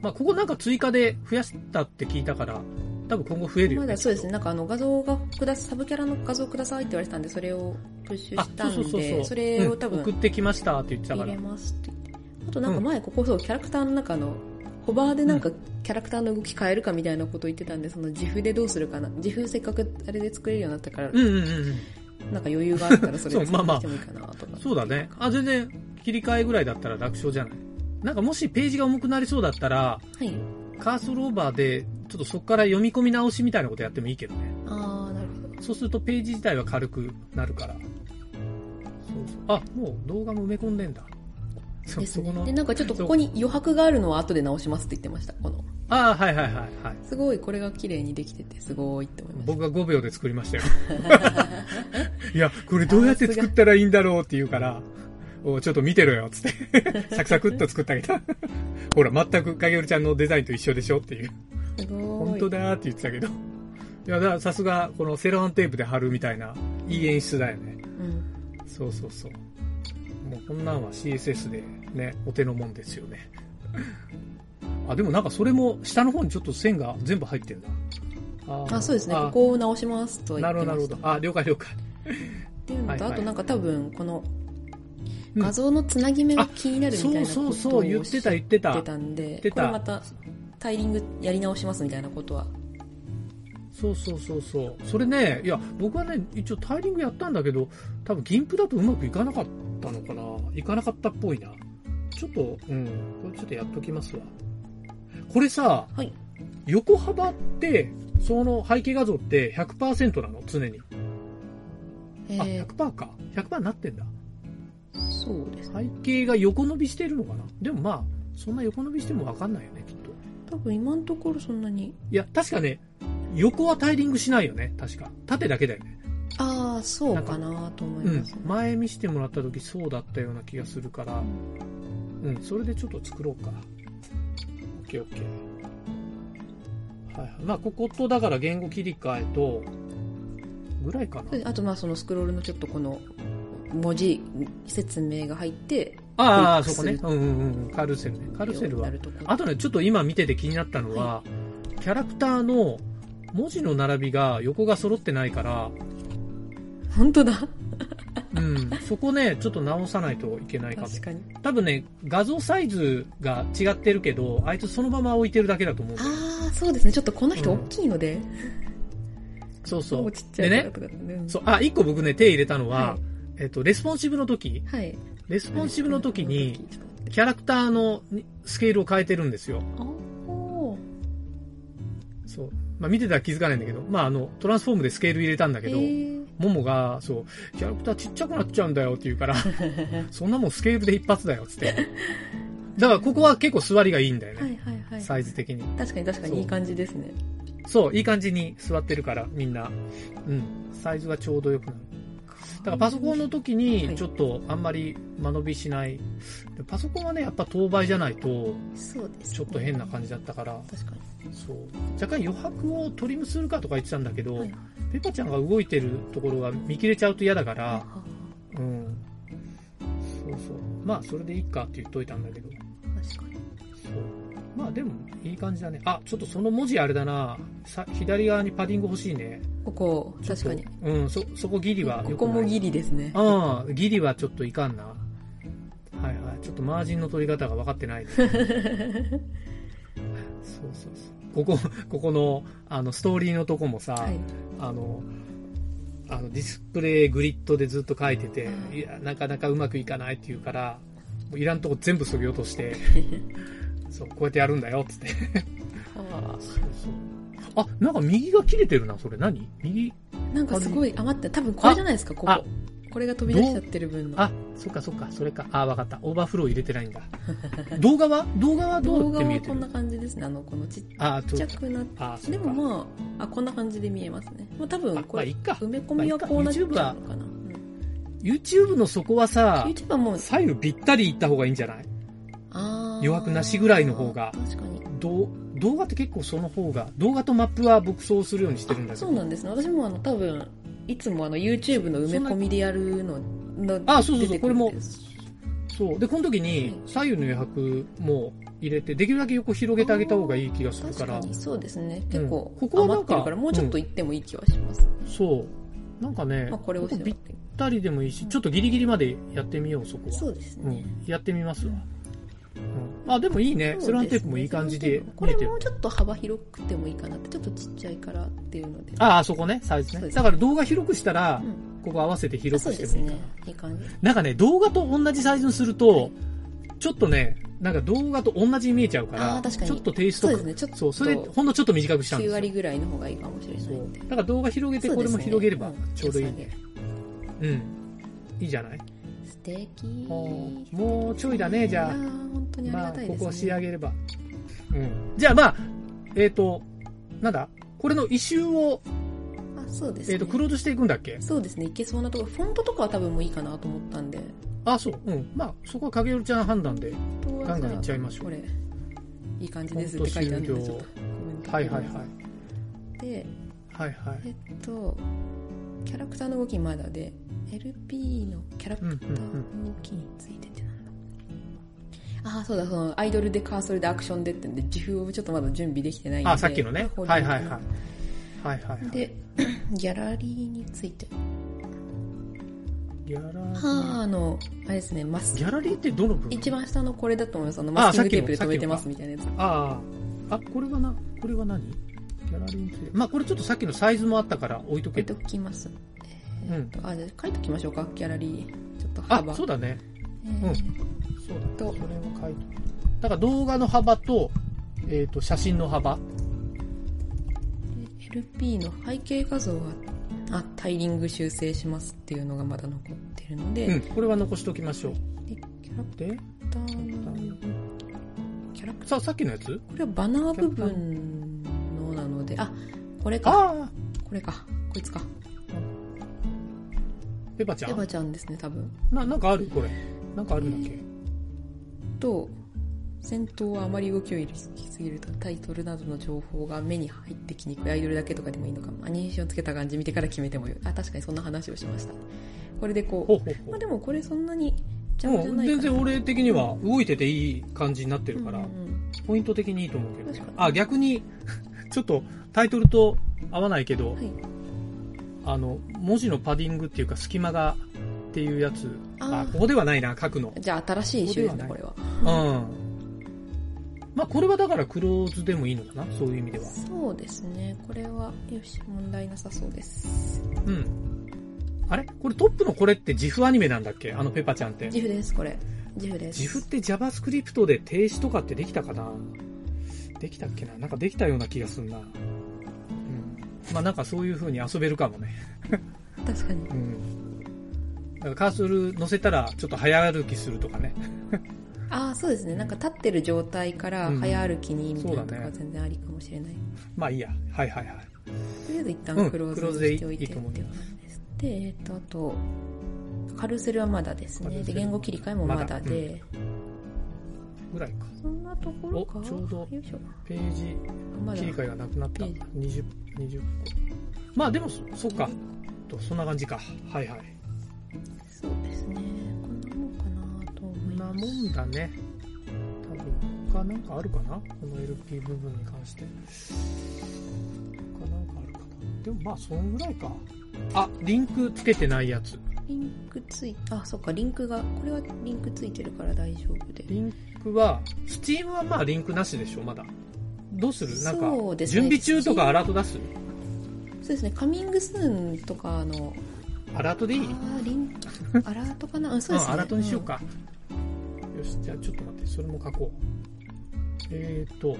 S2: まあ、ここなんか追加で増やしたって聞いたから、多分今後増えるよ
S3: ま
S2: ね。
S3: だそうですね、なんかあの画像がくだサブキャラの画像くださいって言われてたんで、それをプッシュ
S2: あ
S3: し、た
S2: そうんそうそう
S3: で、
S2: そう。
S3: それを多
S2: うん送
S3: 分
S2: ってきましたって言ってたか
S3: 入
S2: ら
S3: れ。ますって言って。あとなんか前、ここそう、キャラクターの中の、ホバーでなんかキャラクターの動き変えるかみたいなこと言ってたんで、その自負でどうするかな。自負せっかくあれで作れるようになったから、
S2: うんうんうんうん。
S3: なんか余裕があったらそれ
S2: そう
S3: で
S2: まあ
S3: 作
S2: まあ
S3: ってもいいかなとか。
S2: そうだね。あ、全然切り替えぐらいだったら楽勝じゃない。なんかもしページが重くなりそうだったら、
S3: はい。
S2: カーソルオーバーで、ちょっとそこから読み込み直しみたいなことやってもいいけどね。
S3: あー、なるほど。
S2: そうするとページ自体は軽くなるから。そうそう。あ、もう動画も埋め込んでんだ。そ
S3: です
S2: そこ
S3: ね。
S2: の
S3: で、。なんかちょっとここに余白があるのは後で直しますって言ってました、この。
S2: ああ、はいはいはいはい。
S3: すごい、これが綺麗にできてて、すごいって思いました。
S2: 僕が5秒で作りましたよ。 いや、これどうやって作ったらいいんだろうって言うから、おちょっと見てろよ、つ って。サクサクっと作ってあげた。 ほら、全く影るちゃんのデザインと一緒でしょっていう。
S3: すごい。
S2: 本当だーって言ってたけど。いや、だからさすが、このセロハンテープで貼るみたいな、いい演出だよね。
S3: うん。
S2: そうそうそう。もうこんなんは CSS でね、お手のもんですよね。 あ、でもなんかそれも下の方にちょっと線が全部入ってるな。あー
S3: あそうですね、
S2: あー
S3: ここを直しますとは言
S2: な
S3: っ
S2: る
S3: て
S2: ほど、
S3: ま
S2: なる
S3: し
S2: ほ
S3: た
S2: ど。あ、了解了解。
S3: っていうのと、
S2: はいはい
S3: あとなんか多分この
S2: うん
S3: 画像のつなぎ目が気になるみたいなこと
S2: そ
S3: を
S2: うそうそう言ってた言ってた
S3: 言ってたんで
S2: って
S3: こ
S2: た
S3: れまたタイリングやり直しますみたいなことは
S2: そうそうそうそう。それね、いや、僕はね、一応タイリングやったんだけど、多分銀プだとうまくいかなかったのかな。いかなかったっぽいな。ちょっと、うん、これちょっとやっときますわ。これさ、
S3: はい
S2: 横幅って、その背景画像って100%なの常に。
S3: え
S2: あ、
S3: ー、
S2: 100%か。100%になってんだ。
S3: そうですね
S2: 背景が横伸びしてるのかな。でもまあ、そんな横伸びしてもわかんないよね、きっと。
S3: 多分今のところそんなに
S2: いや、確かね、横はタイリングしないよね、確か。縦だけだよね。
S3: ああそうかなと思います、
S2: うん、前見してもらった時そうだったような気がするから、うん、それでちょっと作ろうか。OKOK。はいはい。まあ、ここと、だから言語切り替えと、ぐらいかな
S3: そう。ですあとまあそのスクロールのちょっとこの文字説明が入って
S2: ああ、
S3: クイック
S2: そこね。
S3: す
S2: うんうんうん。カルセルね。カルセル
S3: な
S2: は。
S3: るところ
S2: あとね、ちょっと今見てて気になったのは、キャラクターの文字の並びが横が揃ってないから、
S3: 本当だ
S2: うん、そこね、ちょっと直さないといけないかも。
S3: 確かに
S2: 多分ね、画像サイズが違ってるけど、あいつそのまま置いてるだけだと思うんだよ。
S3: ああそうですねちょっとこの人
S2: う
S3: 大
S2: ん
S3: きいので、
S2: そう
S3: も
S2: そうう
S3: ちっ。ちゃい
S2: で
S3: からと
S2: ね、
S3: かだったねうん
S2: そう、あ、一個僕ね、手入れたのは、
S3: は
S2: えっと、レスポンシブの時、
S3: はい。
S2: レスポンシブの時に、
S3: ちょっ
S2: キャラクターのにスケールを変えてるんですよ。
S3: と待って、おー
S2: そう。まあ見てたら気づかないんだけど、まああの、トランスフォームでスケール入れたんだけど、
S3: へ
S2: モモが、そう、キャラクターちっちゃくなっちゃうんだよって言う から、
S3: ー
S2: そんなもんスケールで一発だよっつって。だからここは結構座りがいいんだよね。
S3: はいはいはい。
S2: サイズ的に。
S3: 確かに確かにいい感じですね。
S2: そう、いい感じに座ってるから、みんな。うん。サイズがちょうどよくなる。だからパソコンの時
S3: は
S2: に、
S3: い
S2: ちょっとあんまり間延びしない。でパソコンはね、やっぱ当倍じゃないと、
S3: そうです、
S2: ちょっと変な感じだったから、
S3: じ。確か
S2: そう。若干余白をトリムするかとか言ってたんだけど、
S3: に。はい
S2: ペパちゃんが動いてるところが見切れちゃうと嫌だから、うん。そうそう。まあ、それでいいかって言っといたんだけど。
S3: 確かに。
S2: そう。まあ、でも、いい感じだね。あ、ちょっとその文字あれだな。さ左側にパディング欲しいね。
S3: ここ、確かに。
S2: そう。うん、そ、そこギリは
S3: ここもギリですね。
S2: ああ、ギリはちょっといかんな。はいはい。ちょっとマージンの取り方が分かっ てないね、そうそうそう。ここ、ここの、あの、ストーリーのとこもさ、
S3: はい。
S2: あの、あの、ディスプレイグリッドでずっと書いてて
S3: う、ん
S2: いや、なかなかうまくいかないって言うから、もういらんとこ全部削ぎ落として、そう、こうやってやるんだよ、つって。
S3: は
S2: あ、なんか右が切れてるな、それ何右、
S3: あなんかすごい余って多分これじゃないですかこ
S2: あ
S3: ここれが飛び出しちゃってる分の
S2: あ、そっかそっか、それか。あ、わかった。オーバーフロー入れてないんだ。 動画は動画はど
S3: 動
S2: うやっ
S3: 画
S2: て見え
S3: は
S2: て
S3: こんな
S2: る
S3: 感じですねあのこのちっ
S2: あ、ち
S3: ち
S2: ょ
S3: ゃ
S2: っと、
S3: くなっ
S2: あ、そっ
S3: で
S2: か。ま
S3: もまああこんな感じで見えますねもう多分
S2: あ、
S3: こ
S2: まあ、い
S3: れ
S2: っか
S3: 埋。め込みはこうなっちゃうのかな、
S2: YouTube のそこは
S3: うん、
S2: さ、
S3: YouTube はもう
S2: 左右ぴったり行った方がいいんじゃない
S3: あー
S2: 余白なしぐらいの方が
S3: 確かに
S2: どう動画って結構その方が、動画とマップは僕そうするようにしてるんだ
S3: あ
S2: け
S3: そう
S2: ど。
S3: なんですね私もあの多分いつもあの YouTube の埋め込みでやるのの
S2: あ、そうそうそ
S3: 出て
S2: う、
S3: く
S2: これ
S3: るん
S2: も
S3: で。す
S2: そう。で、この時に左右の余白も入れて、できるだけ横広げてあげた方がいい気がする
S3: 確
S2: か。
S3: からにそうですね結構
S2: ここはな
S3: 余っ
S2: んか
S3: てるからもうちょっと行ってもいい気はします、
S2: そう。なんかね、
S3: まあ、これを
S2: こ
S3: し
S2: こ
S3: て
S2: ぴったりでもいいし、ちょっとギリギリまでやってみよう、そこは。
S3: そうです
S2: う
S3: ね、
S2: ん、やってみますわ。うん、あ、でもいいね。セロンテープもいい感じで
S3: こ
S2: 見え
S3: れ
S2: て
S3: も
S2: る
S3: う。ちょっと幅広くてもいいかなってちょっとちっちゃいからっていうので
S2: ああ、そこね、サイズ
S3: そう
S2: ね。
S3: です
S2: だから動画広くしたら
S3: う、ん、
S2: ここ合わせて
S3: あ
S2: 広
S3: そう
S2: くして
S3: です
S2: もいいか
S3: ねいい感
S2: な。
S3: じです
S2: なんかね、動画と同じサイズにする
S3: は
S2: と
S3: い、
S2: ちょっとね、なんか動画と同じに見えちゃうか
S3: あー
S2: ら、
S3: 確かに
S2: ちょっとテイスト
S3: そうで
S2: が
S3: すねちょっと
S2: そう、それほんのちょっと短くしたんで
S3: 9
S2: すよ。
S3: 割ぐらいの方がいいかもしれない
S2: そう。
S3: んで
S2: だから動画広げて、
S3: そう
S2: これ
S3: です
S2: も
S3: ね
S2: 広げれば
S3: ん
S2: ちょうどいいね。
S3: 良さ
S2: うん。いいじゃない
S3: げ素敵
S2: もうもうちょいだねじゃあ
S3: いやー本当にあり
S2: ま
S3: が
S2: あ、
S3: たいです、ね
S2: ここを仕上げれば。うん。じゃあまあ、えっ、と、なんだこれの一周を、
S3: あそうですね、
S2: えっ、と、クローズしていくんだっけ
S3: そうですねいけそうなところフォントとかは多分もういいかなと思ったんで
S2: あ、そう。うん。まあ、そこは影るちゃん判断で、ガンガンいっちゃいましょう
S3: これいい感じですって書いてあるんで
S2: フォント
S3: ち
S2: 終
S3: ょっ
S2: 了
S3: とコメント
S2: はいはいはい。
S3: で
S2: はいはい。
S3: えっとキャラクターの動きまだで LP のキャラクターの動きについてってなんだ、ああそうだそのアイドルでカーソルでアクションでってんで自負をちょっとまだ準備できてないんで
S2: あ、さっきのね。
S3: これ
S2: はいはいはい。はいはいはい。
S3: でギャラリーについて
S2: ギャラリ
S3: は
S2: ー。
S3: ああのあれですねマス
S2: ギャラリーってどの部分
S3: 一番下のこれだと思いますあのマスキングテープで止めてますみたいなやつ
S2: ああ。あ、これはな、これは何ギャラリーについて。まあ、これちょっとさっきのサイズもあったから置いと
S3: 置
S2: け
S3: いておきます
S2: うん。
S3: あじゃあ書いておきましょうかギャラリーちょっと
S2: あ
S3: 幅、
S2: そうだね。
S3: えー
S2: そうだね。
S3: と
S2: それを書いて。だから動画の幅と、えっ、と、写真の幅。
S3: LP の背景画像はあタイリング修正しますっていうのがまだ残ってるので,、
S2: うん。これは残しておきましょう。
S3: でキャラク
S2: で、
S3: ターのキャラクター
S2: さ、さっきのやつ
S3: これはバナー部分のなのであこれか
S2: ああ
S3: これかこいつか
S2: ペパちゃ
S3: エヴァ
S2: ん
S3: ちゃんですね多分
S2: な、なんかあるこれ。なんかあるんだっけ
S3: と戦闘はあまり動きを入れすぎるとタイトルなどの情報が目に入ってきにくいアイドルだけとかでもいいのかもアニメーションつけた感じ見てから決めてもよいあ確かにそんな話をしましたこれでこう
S2: ほうほうほ
S3: まあ、
S2: う
S3: でもこれそんなに邪魔じゃ
S2: うん。
S3: ないか
S2: 全
S3: な
S2: 然俺的には動いてていい感じになってるから、
S3: うんうんうん
S2: ポイント的にいいと思うけど
S3: 確かに。
S2: あ、逆に、ちょっとタイトルと合わないけど、
S3: はい
S2: あの、文字のパディングっていうか隙間がっていうやつ。あ
S3: あー
S2: ここではないな、書くの。
S3: じゃあ新しい種ですね、
S2: こ
S3: こ
S2: れ
S3: れは。
S2: うん。まあ、これはだからクローズでもいいのかなそういう意味では。
S3: そうですね、これは、よし、問題なさそうです。
S2: うん。あれこれトップのこれってジフアニメなんだっけあのペパちゃんって。
S3: 自負です、これ。自負です。
S2: ジフって JavaScript で停止とかってできたかなできたっけななんかできたような気がすんな。うん。まあなんかそういう風に遊べるかもね。
S3: 確かに。
S2: うん。だからカーソル乗せたらちょっと早歩きするとかね。
S3: ああ、そうですね、なんか立ってる状態から
S2: うん
S3: 早歩きにみたいなと
S2: そうだ
S3: か
S2: ね
S3: 全然ありかもしれない。
S2: まあいいや。はいはいはい。
S3: とりあえず一
S2: う
S3: 旦
S2: ん
S3: クロー
S2: クロー
S3: ズ
S2: ズでい
S3: に
S2: い
S3: しておいてっていう感
S2: いいと思
S3: じです。で、えっ、と、あと、カルセルはまだです
S2: カルセ
S3: ね。
S2: ル
S3: で、言語切り替えもまだで、
S2: ぐらいか。
S3: そんなところか。
S2: おちょうど
S3: よいしょ。
S2: ページ
S3: あまだ
S2: 切り替えがなくなった。
S3: ページ
S2: 20、20個。まあでもそ、そっか。とそんな感じか。はいはい。
S3: そうですね、こんなもんかなと
S2: こ
S3: 思
S2: ん
S3: い
S2: な
S3: ます。
S2: もんだね。多分、他なんかあるかなこの LP 部分に関して。他なんかあるかなでもまあ、そんぐらいか。あ、リンクつけてないやつ。
S3: リンクついあそっかリンクがこれはリンクついてるから大丈夫で
S2: リンクは、Steam はまあリンクなしでしょ、まだ。どうするなん
S3: そう
S2: か、
S3: ですね
S2: 準備中とかアラート出す
S3: そうですねカミングスーンとかの
S2: アラートでいい
S3: あーリンアラートかなうんそうですね
S2: ん、アラートにしようか。よし、じゃあちょっと待って、それも書こう。えっ、ー、と、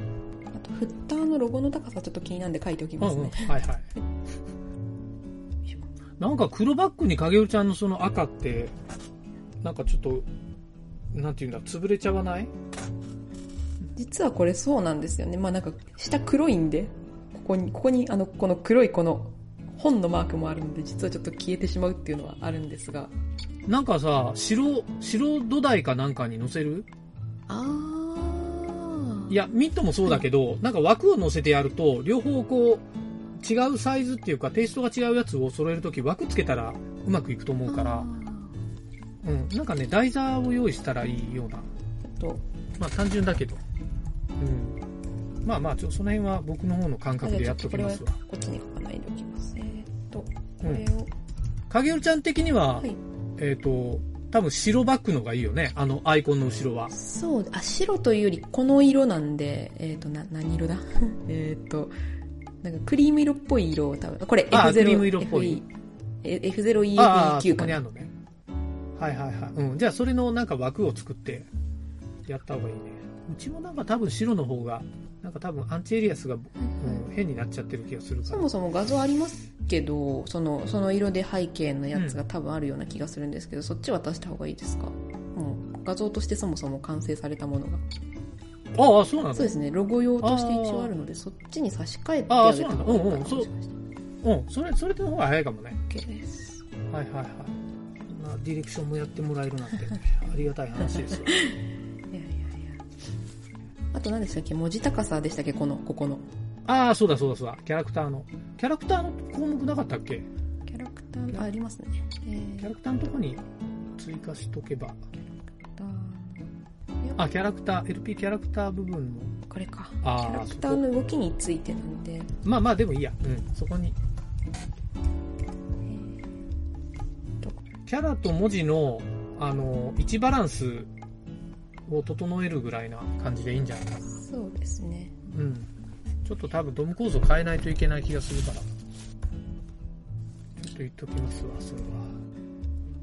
S3: あと、フッターのロゴの高さちょっと気になるんで書いておきます
S2: うんうん、
S3: ね。
S2: はいはい。なんか黒バッグに影るちゃんのその赤って、なんかちょっと、なんていうんだ、潰れちゃわない
S3: 実はこれそうなんですよね。まあなんか、下黒いんで、ここに、ここに、あの、この黒いこの本のマークもあるので、実はちょっと消えてしまうっていうのはあるんですが。
S2: なんかさ、白、白土台かなんかに乗せる
S3: あー。
S2: いや、ミットもそうだけど、なんか枠を乗せてやると、両方こう、違うサイズっていうか、テイストが違うやつを揃えるとき、枠つけたらうまくいくと思うから
S3: あ、
S2: うん、なんかね、台座を用意したらいいような。
S3: ーと、
S2: まあ単純だけど。うん。まあまあ、ちょその辺は僕の方の感覚でやっときますわ。
S3: こっちに書かないでおきます。えーっと、こ
S2: う
S3: れ
S2: ん。
S3: を、
S2: 影るちゃん的には、
S3: はい
S2: えっ、と、多分白バッグのがいいよね。あのアイコンの後ろは。
S3: そう、あ、白というよりこの色なんで、えっ、と、な、何色だ えっと、なんかクリーム色っぽい色を多分、これ F0、
S2: あクリーム色っぽい
S3: FEえ F0EAB9
S2: ああ、そ
S3: か
S2: こに
S3: な。
S2: あるのね。はいはいはい。うん。じゃあそれのなんか枠を作ってやった方がいいね。うちもなんか多分白の方が、なんか多分アンチエリアスが、うん、変になっちゃってる気がするか
S3: そ
S2: ら。
S3: もそも画像ありますけど、その、その色で背景のやつが多分あるような気がするんですけど、そっち渡した方がいいですかもう、画像としてそもそも完成されたものが。
S2: ああ、そうなの
S3: そうですね、ロゴ用として一応あるので、そっちに差し替えて
S2: あ
S3: あ
S2: あ
S3: げ
S2: そう
S3: た
S2: なんだ
S3: 方がいいか
S2: うんう
S3: も
S2: んそう
S3: しれないです。
S2: うん。それ、それの方が早いかもね。
S3: OK です。
S2: はいはいはい。こんなディレクションもやってもらえる なんて、ありがたい話ですよ。
S3: いやいやいや。あと何でしたっけ文字高さでしたっけこの、ここの。
S2: ああ、そうだそうだそうだ。キャラクターの。キャラクターの項目なかったっけ
S3: キャラクターのあありますね。えー
S2: キャラクターのとこに追加しとけば。
S3: ター
S2: あ、キャラクター、LP キャラクター部分の。
S3: これか。キ
S2: あー
S3: ャラクターの動きについてなんで、
S2: まあまあ、でもいいや。うん、そこに。キャラと文字の、あの、位置バランスを整えるぐらいな感じでいいんじゃないかな。
S3: そうですね。
S2: うん。ちょっと多分ドム構造変えないといけない気がするから。ちょっと言っときますわ、それは。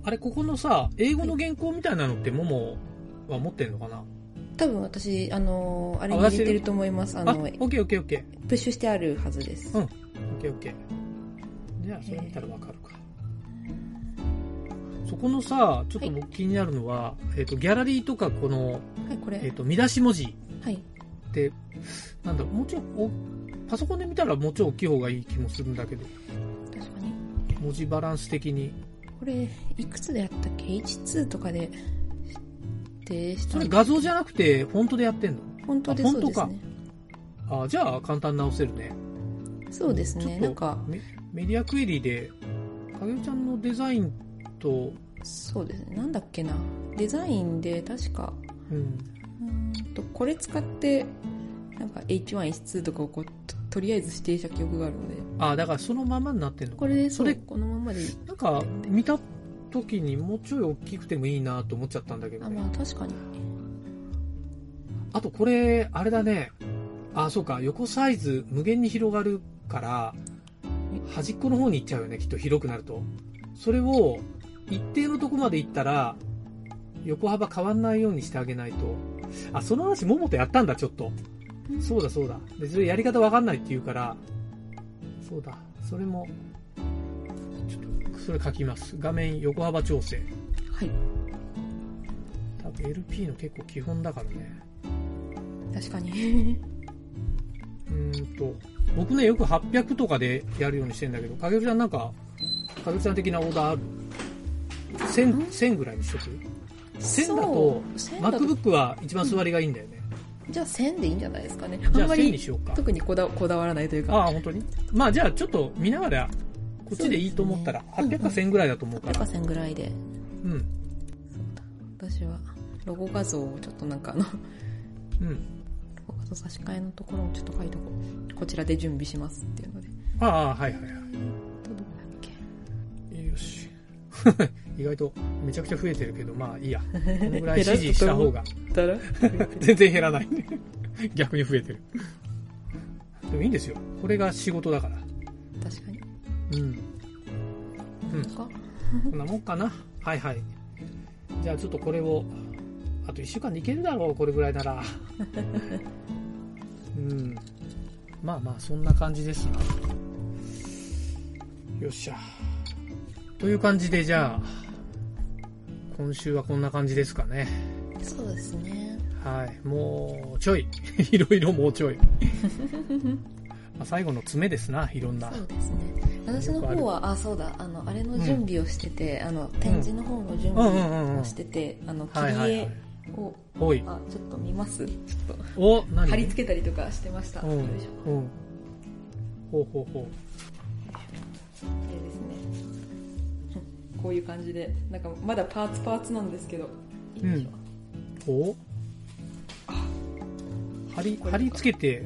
S2: あれ、ここのさ、英語の原稿みたいなのって、ももは持ってんのかな
S3: 多分私、あのーあれに入れてると思います。あ
S2: あ、オ
S3: の、
S2: ッケーオッケーオッケー。
S3: プッシュしてあるはずです。
S2: うんオッケーオッケーじゃあそれ見たらわかるか、そこのさちょっと僕気になるのは、えっとギャラリーとかこの、
S3: はい、これ。
S2: えっと見出し文字
S3: はい。
S2: ってなんだろうもうちょいおパソコンで見たらもうちょい大きい方がいい気もするんだけど
S3: 確かに。
S2: 文字バランス的に
S3: これ、いくつでやったっけ ?H2 とかで指定した
S2: それ画像じゃなくてフォントでやってんの
S3: 本当で
S2: あ
S3: そうです
S2: 本
S3: ね。
S2: あーじゃあ簡単に直せるね
S3: そうです
S2: ちょっ
S3: ね。
S2: と
S3: なんか、
S2: メメディアクエリで影尾ちゃんのデザインと、
S3: そうですね。なんだっけな。デザインで確か、
S2: うん、
S3: うーんとこれ使ってなんか H1、H2 とかをこうととりあえず指定した記憶があるので
S2: あーだからそのままになってんのか
S3: こ
S2: な
S3: れで
S2: そ
S3: そ
S2: れ
S3: れこのままでいい
S2: なんか見た時にもうちょい大きくてもいいなと思っちゃったんだけど
S3: あ
S2: ね、
S3: まあ確かに
S2: あ、とこれあれだねあそうか横サイズ無限に広がるから端っこの方に行っちゃうよねきっと広くなるとそれを一定のとこまで行ったら横幅変わんないようにしてあげないとあその話ももとやったんだちょっとそうだそうだでそれやり方わかんないって言うからそうだそれもちょっとそれ書きます画面横幅調整
S3: はい
S2: 多分 LP の結構基本だからね
S3: 確かに
S2: うーんと僕ねよく800とかでやるようにしてんだけど影ちゃんなんか影ちゃん的なオーダーある 1000, 1000ぐらいにしとく1000だと
S3: そう1000だと
S2: MacBook は一番座りがいいんだよね、
S3: じゃあ1000でいいんじゃないですかね
S2: じ
S3: あ
S2: ゃ
S3: ん
S2: あ
S3: ま
S2: 1000に
S3: り
S2: しようか
S3: 特にこだこだわらないというか
S2: ああ本当にまあじゃあちょっと見ながらこっちでいいと思ったら、
S3: そうですね
S2: 800か1000ぐらいだと思うか
S3: やっぱ
S2: ら
S3: 1000ぐらいで
S2: うん
S3: 私はロゴ画像をちょっとなんかあのロ
S2: うん、
S3: ゴ画像差し替えのところをちょっと書いとこうこちらで準備しますっていうので
S2: ああはいはいは
S3: どこだっけ
S2: いよし 意外とめちゃくちゃ増えてるけどまあいいやこのぐ
S3: 減ら
S2: らい指
S3: す
S2: 示した方が
S3: たら
S2: 全然減らない 逆に増えてるでもいいんですよこれが仕事だから
S3: 確かに
S2: うん
S3: なんか
S2: こんなもんかなはいはいじゃあちょっとこれをあと1週間でいけるだろう、これぐらいなら。うん。まあまあ、そんな感じですな。よっしゃ。という感じで、じゃあ、今週はこんな感じですかね。
S3: そうですね。
S2: はい。もう、ちょい。 いろいろも うちょい。まあ最後の詰めですな、いろんな。
S3: そうですね。私の方は、あ、そうだ、あの、あれの準備をしてて、あの、展示の方の準
S2: うんうんうんう
S3: 備
S2: ん
S3: をしてて、あの、切
S2: は
S3: り
S2: いはいは
S3: 絵
S2: い。
S3: を、
S2: おい。
S3: あ、ちょっと見ますちょっ
S2: お、
S3: と、
S2: 何
S3: 貼り付けたりとかしてました。
S2: うん。う
S3: よ
S2: ん
S3: いしょ。
S2: ほうほうほう。
S3: 綺麗ですね。うんこういう感じで、なんか、まだパーツパーツなんですけど、よいしょ
S2: うんお貼り貼り付けて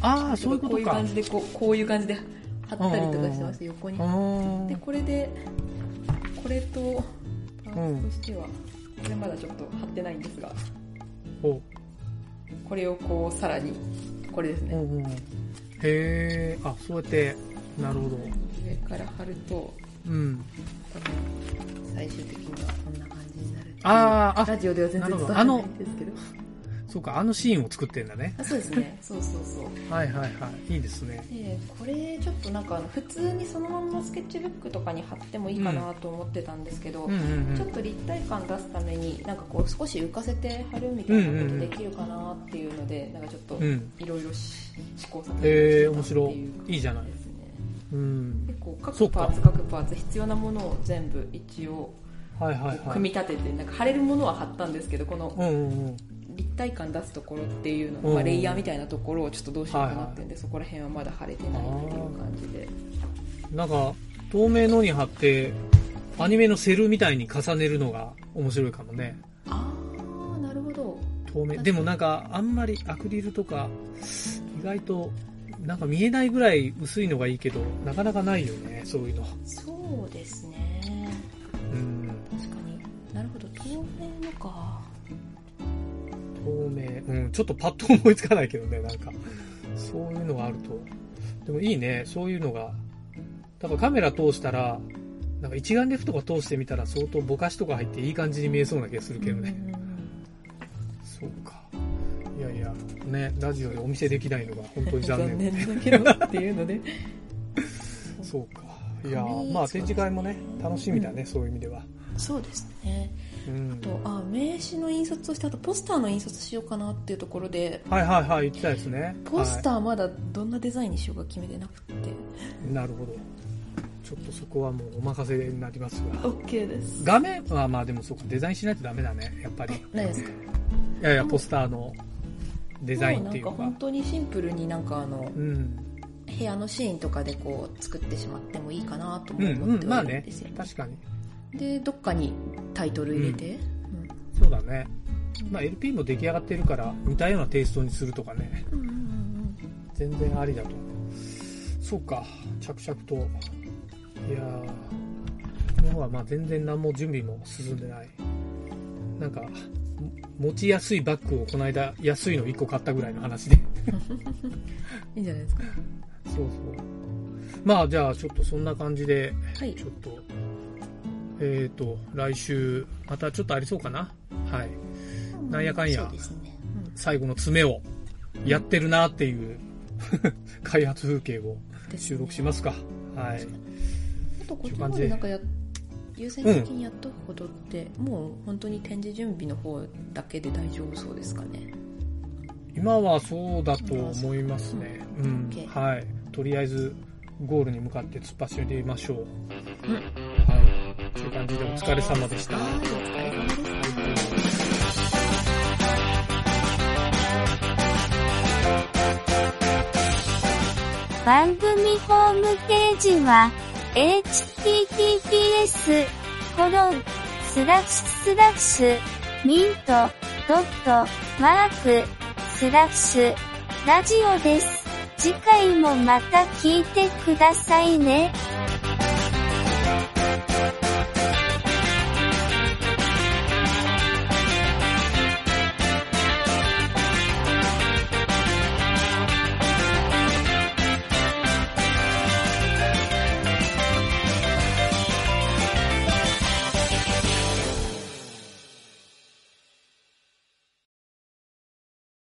S2: ああそういうこと
S3: こういう
S2: か
S3: 感じで、こう、こういう感じで貼ったりとかしてました、横に
S2: う。ー
S3: で
S2: ん
S3: これでこれとパーツとしては、これまだちょっと貼ってないんですが
S2: お
S3: これをこうさらにこれです
S2: う
S3: ね、
S2: んうんへえあそうやってなるほど
S3: 上から貼ると
S2: うん
S3: 多分最終的にはこんな感じになるっていう
S2: あーあ
S3: ラジオでは全然伝わ
S2: な
S3: ら
S2: る
S3: な
S2: ほど
S3: いんですけど
S2: そうかあのシーンを作ってんだね
S3: あそうですねそうそうそう
S2: はいはいはいいいですね
S3: でこれちょっとなんかあの普通にそのまんまスケッチブックとかに貼ってもいいかなと思ってたんですけど、
S2: うんうん
S3: ちょっと立体感出すためになんかこう少し浮かせて貼るみたいなことできるかなっていうので、なんかちょっと
S2: うんうん
S3: いろいろし試行錯誤してたって
S2: へえ
S3: い
S2: 面白
S3: う
S2: いいいじゃない
S3: ですね
S2: うん
S3: 結構各
S2: そうか
S3: パーツ各パーツ必要なものを全部一応
S2: はいはいはい
S3: 組み立ててなんか貼れるものは貼ったんですけどこの
S2: うんうんうん
S3: 立体感出すところっていうの
S2: うん
S3: の、まあ、レイヤーみたいなところをちょっとどうしようかなっていうんで、そこら辺はまだ貼れてないっていう感じで
S2: なんか透明のに貼ってアニメのセルみたいに重ねるのが面白いかもね
S3: ああなるほど確
S2: 透
S3: か
S2: 明
S3: に
S2: でもなんかあんまりアクリルとか意外となんか見えないぐらい薄いのがいいけどなかなかないよねそういうの
S3: そうですね
S2: うん
S3: 確かになるほど透明のか
S2: 透明うんちょっとパッと思いつかないけどねなんかそういうのがあるとでもいいねそういうのがだからカメラ通したらなんか一眼レフとか通してみたら相当ぼかしとか入っていい感じに見えそうな気がするけどね、
S3: うんうんうん
S2: そうかいやいやねラジオでお見せできないのが本当に残
S3: 残
S2: 念
S3: 念だけどっていうので
S2: そうかいや
S3: ね
S2: まあ展示会もね楽しみだね、そういう意味では
S3: そうですね
S2: うん
S3: とあ名刺の印刷をしてあとポスターの印刷しようかなっていうところで
S2: はいはいはい言ってたですね
S3: ポスタ
S2: は
S3: ーまだどんなデザインにしようか決めてなくて
S2: いなるほどちょっとそこはもうお任せになりますが
S3: OK です
S2: 画面はまあでもそうかデザインしないとダメだねやっぱり
S3: ないですか
S2: いやいやポスターのデザインっていうか
S3: もうなんか本当にシンプルになんかあの
S2: うん
S3: 部屋のシーンとかでこう作ってしまってもいいかなと
S2: う
S3: も
S2: ん
S3: 思っ
S2: う
S3: て
S2: んま
S3: は
S2: あ
S3: いるん
S2: ね
S3: ですよね,、
S2: 確かに
S3: でどっかにタイトル入れて、うん
S2: そうだねまあ LP も出来上がってるから似たようなテイストにするとかね
S3: うんうんうん
S2: 全然ありだと思うそうか着々といやーこの方はまあ全然何も準備も進んでないなんかも持ちやすいバッグをこの間安いの1個買ったぐらいの話で
S3: いいんじゃないですか
S2: そうそうまあじゃあちょっとそんな感じで
S3: はい
S2: ちょっとえっ、ー、と来週またちょっとありそうかなはいなんやかんや
S3: そうですね、
S2: 最後の詰めをやってるなっていう 開発風景を
S3: うんですね
S2: 収録しますかはい
S3: あとこっちの方でなんかや優先的にやっとくことって、もう本当に展示準備の方だけで大丈夫そうですかね
S2: 今はそうだと思いますね。う
S3: うんん OK。
S2: はい。とりあえず、ゴールに向かって突っ走りましょう。
S3: うん
S2: はい。という感じでお疲れ様でした。
S3: お疲れ様です
S4: 番組ホームページは、https, コロン、スラッシュスラッシュ、ミント、ドット、マーク、スラッシュ、ラジオです。次回もまた聞いてくださいね。